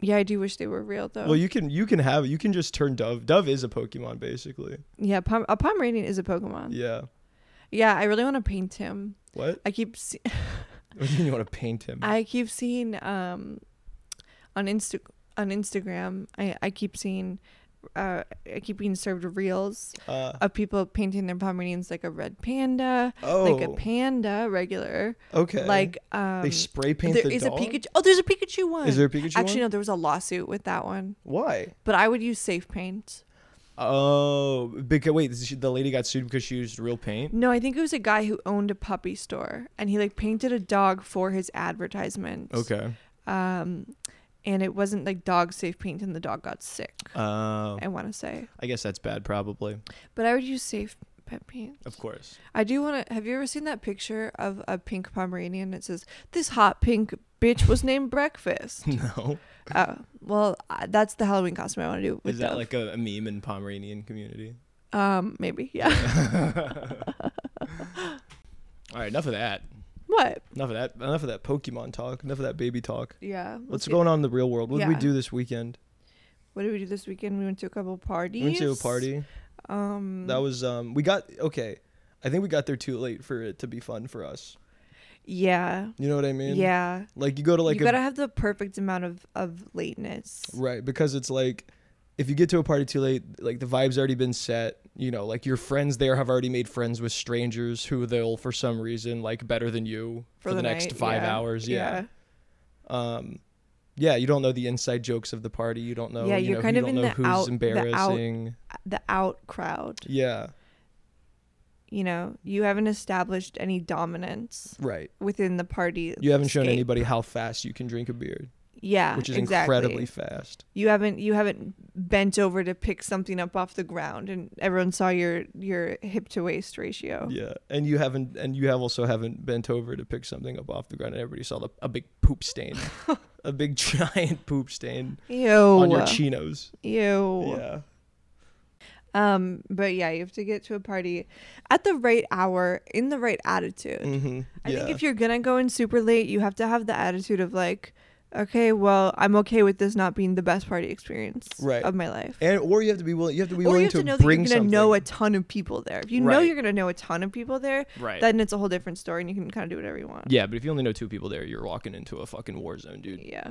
B: yeah, I do wish they were real though.
A: Well, you can you can have you can just turn Dove. Dove is a Pokemon basically.
B: yeah, Pom- a Pomeranian is a Pokemon. Yeah,
A: Yeah.
B: I really want to paint him.
A: What?
B: I keep see-
A: What do you want to paint him?
B: I keep seeing um on Insta on Instagram. I I keep seeing. Uh, I keep being served reels
A: Uh,
B: of people painting their Pomeranians like a red panda,
A: oh.
B: like a panda regular,
A: Okay.
B: like um.
A: they spray paint
B: there
A: the
B: is
A: dog.
B: a Pikachu. Oh, there's a Pikachu one.
A: Is there a Pikachu
B: Actually,
A: one?
B: no. There was a lawsuit with that one,
A: Why?
B: but I would use safe paint.
A: Oh, because wait, this- the lady got sued because she used real paint.
B: No, I think it was a guy who owned a puppy store and he like painted a dog for his advertisement.
A: Okay.
B: Um and it wasn't like dog safe paint and the dog got sick,
A: Uh,
B: I want to say.
A: I guess that's bad, probably.
B: But I would use safe pet paint.
A: Of course.
B: I do want to Have you ever seen that picture of a pink Pomeranian? It says, This hot pink bitch was named Breakfast.
A: No.
B: oh, well, uh, that's the Halloween costume I want to do. With
A: Is that
B: Dove.
A: like a, a meme in Pomeranian community?
B: Um, maybe. Yeah.
A: All right, enough of that.
B: what?
A: Enough of that. Enough of that Pokemon talk. Enough of that baby talk.
B: Yeah.
A: What's
B: let's see.
A: going on in the real world? What did
B: Yeah.
A: we do this weekend?
B: What did we do this weekend? We went to a couple parties.
A: We went to a party.
B: Um,
A: That was um. We got okay. I think we got there too late for it to be fun for us.
B: yeah.
A: You know what I mean?
B: yeah.
A: Like you go to like
B: you
A: a
B: gotta have the perfect amount of of lateness.
A: Right, because it's like if you get to a party too late, like the vibe's already been set. You know, like your friends there have already made friends with strangers who they'll for some reason like better than you for, the, next
B: night,
A: five
B: yeah,
A: hours. Yeah. Um yeah, you don't know the inside jokes of the party. You don't know.
B: Yeah,
A: you
B: you're
A: know,
B: kind
A: you
B: of
A: don't
B: in
A: know
B: the
A: who's
B: out- the out-
A: embarrassing.
B: yeah. The out crowd.
A: Yeah,
B: You know, you haven't established any dominance
A: right.
B: within the party.
A: You haven't shown
B: scape.
A: anybody how fast you can drink a beer.
B: Yeah,
A: which is
B: exactly.
A: incredibly fast.
B: you haven't you haven't bent over to pick something up off the ground and everyone saw your your hip to waist ratio
A: Yeah, and you haven't, and you have also haven't bent over to pick something up off the ground, and everybody saw the, a big poop stain, a big giant poop stain
B: ew
A: on your chinos.
B: ew
A: Yeah,
B: um but yeah you have to get to a party at the right hour in the right attitude
A: mm-hmm.
B: i
A: yeah.
B: think if you're gonna go in super late you have to have the attitude of like okay well i'm okay with this not being the best party experience
A: Right.
B: of my life
A: and or you have to be willing, you have to be
B: or
A: willing
B: you have to, know that you're
A: bring
B: gonna
A: something.
B: know a ton of people there. If you know
D: Right.
B: you're gonna know a ton of people there,
D: Right.
B: then it's a whole different story, and you can kind of do whatever you want.
A: yeah, but if you only know two people there, you're walking into a fucking war zone, dude.
B: Yeah.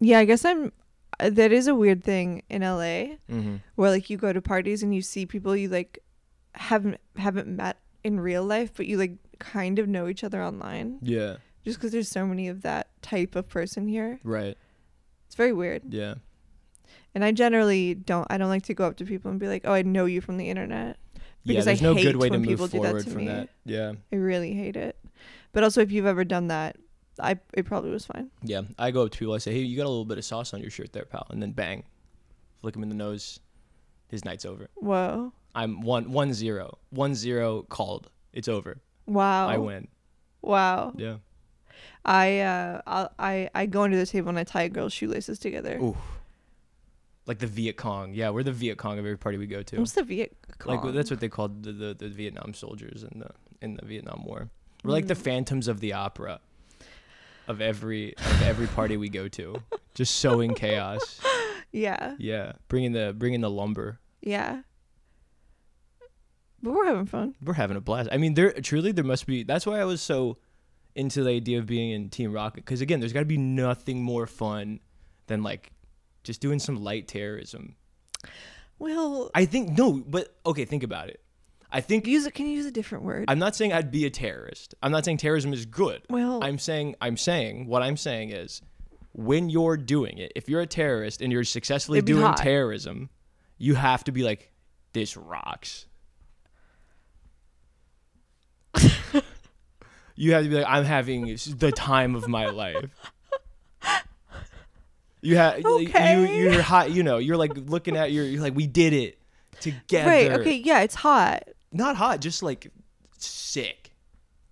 B: Yeah, I guess I'm. uh, That is a weird thing in LA
A: Mm-hmm.
B: where like you go to parties and you see people you like haven't haven't met in real life, but you like kind of know each other online.
A: Yeah,
B: Just because there's so many of that type of person here,
A: right.
B: it's very weird.
A: Yeah,
B: And I generally don't. I don't like to go up to people and be like, "Oh, I know you from the internet."
A: yeah.
B: Because
A: There's
B: I
A: no
B: hate
A: good way to
B: when
A: move
B: people do that
A: forward
B: to
A: from
B: me.
A: that. Yeah,
B: I really hate it. But also, if you've ever done that, I it probably was fine.
A: yeah. I go up to people, I say, "Hey, you got a little bit of sauce on your shirt there, pal," and then bang, flick him in the nose. His night's over.
B: Whoa,
A: I'm one one zero. One zero called. It's over.
B: wow,
A: I win.
B: Wow,
A: Yeah.
B: I uh, I'll, I I go under the table and I tie a girl's shoelaces together.
A: Ooh. Like the Viet Cong. Yeah, we're the Viet Cong of every party we go to.
B: What's the Viet Cong?
A: Like that's what they called the, the, the Vietnam soldiers in the in the Vietnam War. We're like the phantoms of the opera of every of every party we go to. Just sowing chaos.
B: yeah,
A: Yeah. Bringing the bringing the lumber.
B: yeah. But we're having fun.
A: We're having a blast. I mean, there truly there must be. That's why I was so into the idea of being in Team Rocket because again, there's got to be nothing more fun than like just doing some light terrorism.
B: Well,
A: I think no, but okay, think about it. I think
B: use it. Can you use a different word?
A: I'm not saying I'd be a terrorist. I'm not saying terrorism is good.
B: Well-
A: I'm saying I'm saying what I'm saying is when you're doing it, if you're a terrorist and you're successfully
B: It'd be
A: doing
B: hot.
A: terrorism, you have to be like, this rocks. you have to be like, I'm having the time of my life. You have
B: Okay.
A: you you're hot. You know you're like looking at your you're like we did it together.
B: right. Okay. Yeah, it's hot.
A: Not hot, just like sick.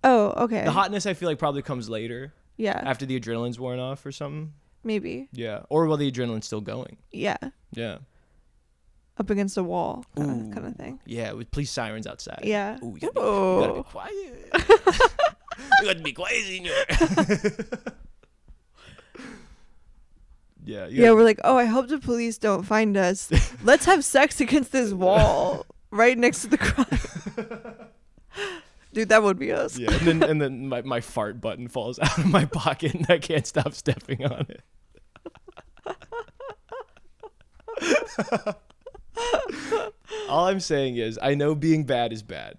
B: Oh, okay.
A: The hotness I feel like probably comes later
B: yeah,
A: after the adrenaline's worn off or something.
B: maybe.
A: Yeah, or while the adrenaline's still going.
B: Yeah,
A: Yeah,
B: up against a wall, kind
A: Ooh.
B: of, kind of thing.
A: yeah. With police sirens outside.
B: Yeah. Oh.
A: Ooh, you gotta, be, you gotta be
B: Ooh.
A: quiet. you gotta be quiet, senor. yeah. you
B: Yeah,
A: gotta-
B: we're like, oh, I hope the police don't find us. Let's have sex against this wall right next to the crime. Dude, that would be us.
A: yeah. And then and then my, my fart button falls out of my pocket and I can't stop stepping on it. All I'm saying is, I know being bad is bad,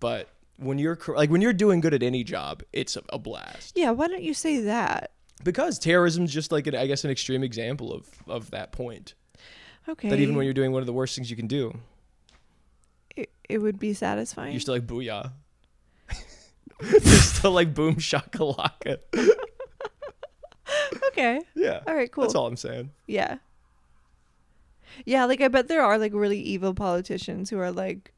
A: but when you're cor- like when you're doing good at any job, it's a, a blast.
B: Yeah, why don't you say that?
A: Because terrorism's just like an, I guess an extreme example of of that point.
B: Okay.
A: That even when you're doing one of the worst things you can do,
B: it, it would be satisfying.
A: you're still like booyah. you're still like boom shakalaka.
B: okay.
A: Yeah.
B: All right, cool.
A: That's all I'm saying.
B: Yeah. Yeah, like I bet there are like really evil politicians who are like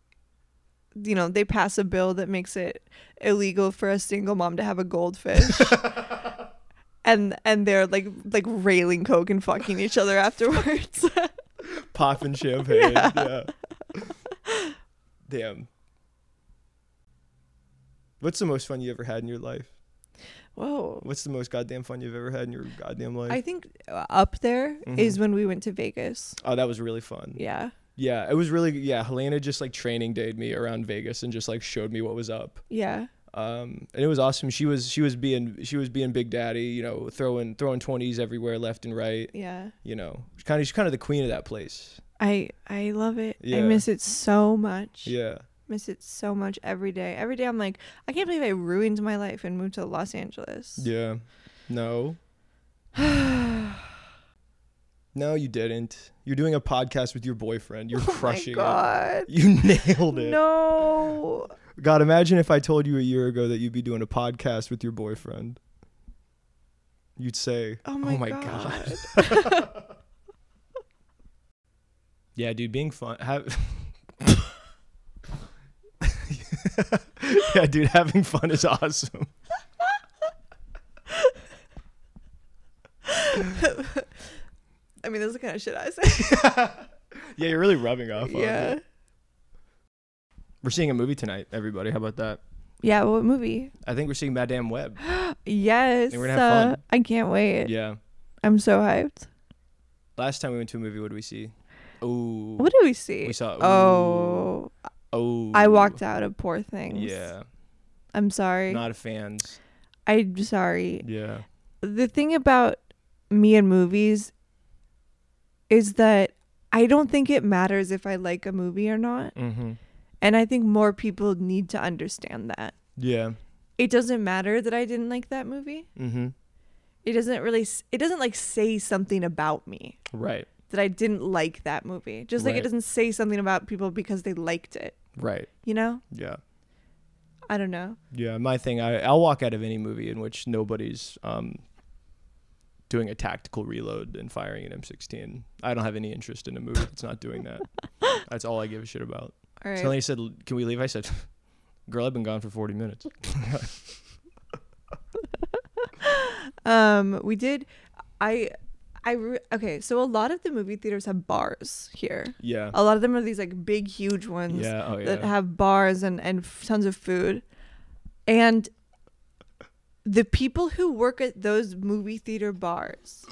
B: you know, they pass a bill that makes it illegal for a single mom to have a goldfish. and and they're like like railing coke and fucking each other afterwards.
A: popping champagne. yeah. Damn. What's the most fun you ever had in your life?
B: Whoa.
A: What's the most goddamn fun you've ever had in your goddamn life?
B: I think uh, up there
A: Mm-hmm.
B: is when we went to Vegas.
A: oh, that was really fun. Yeah.
B: Yeah.
A: it was really yeah. Helena just like training dayed me around Vegas and just like showed me what was up.
B: Yeah.
A: Um, and it was awesome. She was she was being she was being Big Daddy, you know, throwing throwing twenties everywhere left and right.
B: Yeah.
A: You know, she's kind of she's kind of the queen of that place.
B: I I love it.
A: Yeah.
B: I miss it so much.
A: Yeah,
B: miss it so much every day. Every day I'm like, I can't believe I ruined my life and moved to Los Angeles.
A: yeah. No, no, you didn't. You're doing a podcast with your boyfriend. You're crushing
B: Oh My God. Oh
A: it. You nailed it.
B: No.
A: God, imagine if I told you a year ago that you'd be doing a podcast with your boyfriend. you'd say,
B: Oh my, god.
A: God. Yeah, dude, being fun. Have- yeah, dude, having fun is awesome.
B: I mean, that's the kind of shit I say.
A: Yeah, you're really rubbing off. On
B: yeah.
A: it. We're seeing a movie tonight, everybody. How about that?
B: Yeah. What movie?
A: I think we're seeing Madame Web.
B: Yes.
A: And we're gonna have
B: uh,
A: fun.
B: I can't wait.
A: Yeah.
B: I'm so hyped.
A: Last time we went to a movie, what did we see? Oh,
B: What do we see?
A: we saw. ooh,
B: oh,
A: oh,
B: I walked out of Poor Things.
A: Yeah,
B: I'm sorry.
A: not a fans.
B: I'm sorry.
A: Yeah,
B: The thing about me and movies is that I don't think it matters if I like a movie or not.
A: mm-hmm.
B: And I think more people need to understand that.
A: yeah,
B: It doesn't matter that I didn't like that movie.
A: mm-hmm.
B: It doesn't really, s- it doesn't like say something about me
A: Right,
B: that I didn't like that movie. Just like
A: Right.
B: it doesn't say something about people because they liked it,
A: right.
B: you know?
A: Yeah,
B: I don't know.
A: yeah. My thing, I I'll walk out of any movie in which nobody's um doing a tactical reload and firing an M16. I don't have any interest in a movie that's not doing that. that's all I give a shit about.
B: All right.
A: Suddenly he said, "Can we leave?" I said, "Girl, I've been gone for 40 minutes."
B: Um, we did. I, I re- okay. So a lot of the movie theaters have bars here.
A: Yeah.
B: A lot of them are these like big, huge ones
A: Yeah. Oh
B: that
A: yeah.
B: have bars and and f- tons of food, and the people who work at those movie theater bars.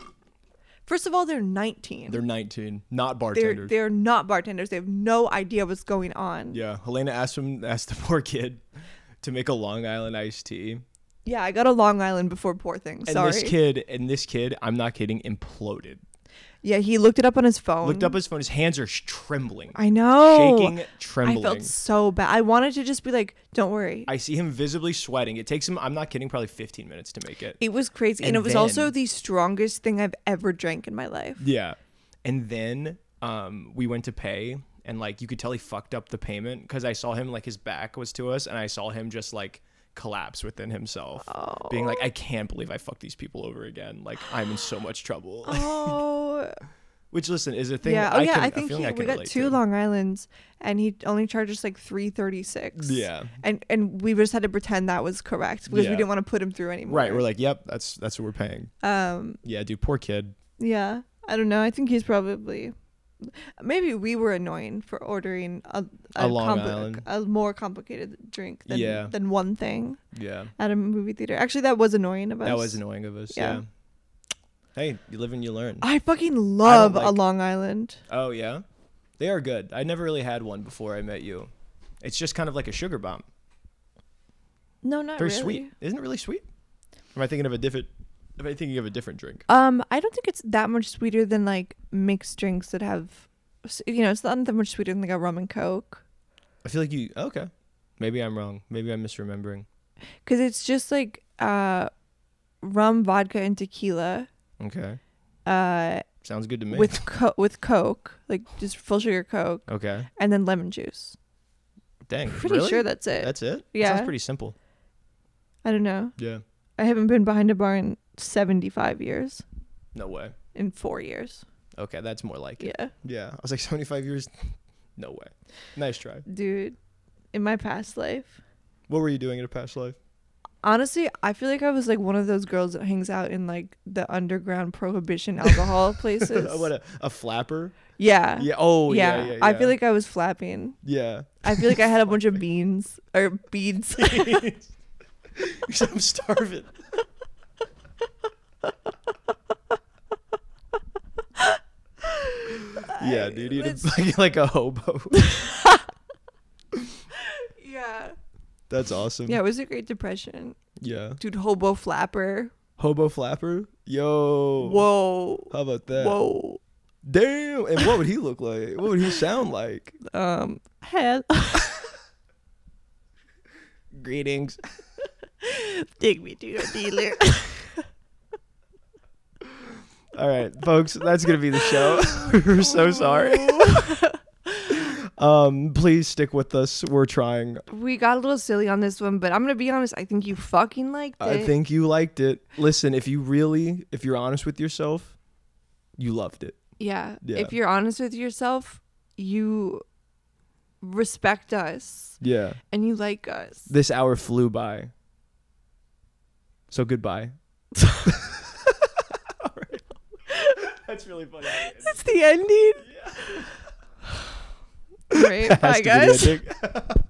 B: First of all, they're 19.
A: They're 19, not
B: they're,
A: bartenders.
B: they're not bartenders. They have no idea what's going on.
A: Yeah, Helena asked him asked the poor kid to make a Long Island iced tea,
B: Yeah, I got a Long Island before Poor Thing.
A: and
B: Sorry.
A: this kid and this kid, I'm not kidding, imploded.
B: yeah, he looked it up on his phone.
A: Looked up his phone. His hands are sh- trembling,
B: I know.
A: shaking, trembling.
B: I felt so bad. I wanted to just be like, "Don't worry."
A: I see him visibly sweating. It takes him, I'm not kidding, probably 15 minutes to make it.
B: it was crazy,
A: And
B: and, it was also
A: then-
B: the strongest thing I've ever drank in my life.
A: Yeah. And then um, we went to pay, and like you could tell he fucked up the payment because I saw him like his back was to us, and I saw him just like collapse within himself, being
B: Oh.
A: like, I can't believe I fucked these people over again. Like I'm in so much trouble.
B: Oh,
A: Which listen is a thing.
B: yeah.
A: that
B: Oh,
A: I
B: yeah.
A: Can,
B: I think
A: a
B: he,
A: feeling I can
B: we got
A: relate
B: two
A: to.
B: Long Islands, and he only charged us like three thirty six.
A: Yeah.
B: and and we just had to pretend that was correct because
A: Yeah.
B: we didn't want to put him through anymore.
A: Right. We're like, yep, that's that's what we're paying.
B: um,
A: Yeah, dude, poor kid.
B: yeah. I don't know. I think he's probably. Maybe we were annoying for ordering a
A: A Long Island.
B: a more complicated drink than
A: Yeah.
B: than one thing.
A: Yeah.
B: at a movie theater. Actually, that was annoying of us.
A: That was annoying of us. Yeah.
B: Yeah.
A: Hey, you live and you learn.
B: I fucking love a
A: like-
B: Long Island.
A: Oh yeah, they are good. I never really had one before I met you. It's just kind of like a sugar bomb.
B: No, not
A: They're
B: really.
A: sweet. Isn't it really sweet? Or am I thinking of a different? Am I thinking of a different drink?
B: Um, I don't think it's that much sweeter than like mixed drinks that have, s- you know, it's not that much sweeter than like a rum and coke
A: I feel like you. Okay, maybe I'm wrong. Maybe I'm misremembering.
B: because it's just like uh, rum, vodka, and tequila.
A: Okay,
B: Uh,
A: sounds good to me.
B: with co- with coke, like just full sugar coke,
A: okay,
B: and then lemon juice.
A: dang.
B: Pretty
A: really?
B: sure that's it.
A: That's it. That sounds
B: Yeah.
A: pretty simple.
B: I don't know.
A: Yeah.
B: I haven't been behind a bar in seventy five years.
A: No way.
B: In four years.
A: Okay, that's more like it.
B: Yeah.
A: Yeah. I was like 75 years. No way. Nice try.
B: dude in my past life
A: What were you doing in a past life?
B: honestly i feel like i was like one of those girls that hangs out in like the underground prohibition alcohol places
A: what a, a flapper.
B: yeah
A: Yeah. Oh yeah.
B: yeah,
A: yeah,
B: i feel
A: yeah.
B: like i was flapping
A: Yeah.
B: i feel like i had a bunch of beans or beads
A: I'm starving. yeah, dude, you
B: let's-
A: like, like a hobo.
B: yeah
A: That's awesome.
B: yeah it was a great depression
A: Yeah.
B: dude hobo flapper
A: Hobo flapper. Yo.
B: whoa
A: How about that?
B: whoa
A: Damn. And what would he look like? What would he sound like?
B: um hell
A: Greetings.
B: take me to your dealer
A: All right, folks, that's gonna be the show. We're so sorry. Um, please stick with us. We're trying.
B: We got a little silly on this one, but I'm gonna be honest. I think you fucking liked it.
A: I think you liked it. Listen, if you really, if you're honest with yourself, you loved it.
B: Yeah.
A: Yeah.
B: If you're honest with yourself, you respect us
A: Yeah.
B: and you like us.
A: This hour flew by. So goodbye. That's really funny.
B: That's the ending. Great. Bye, guys.
A: guys.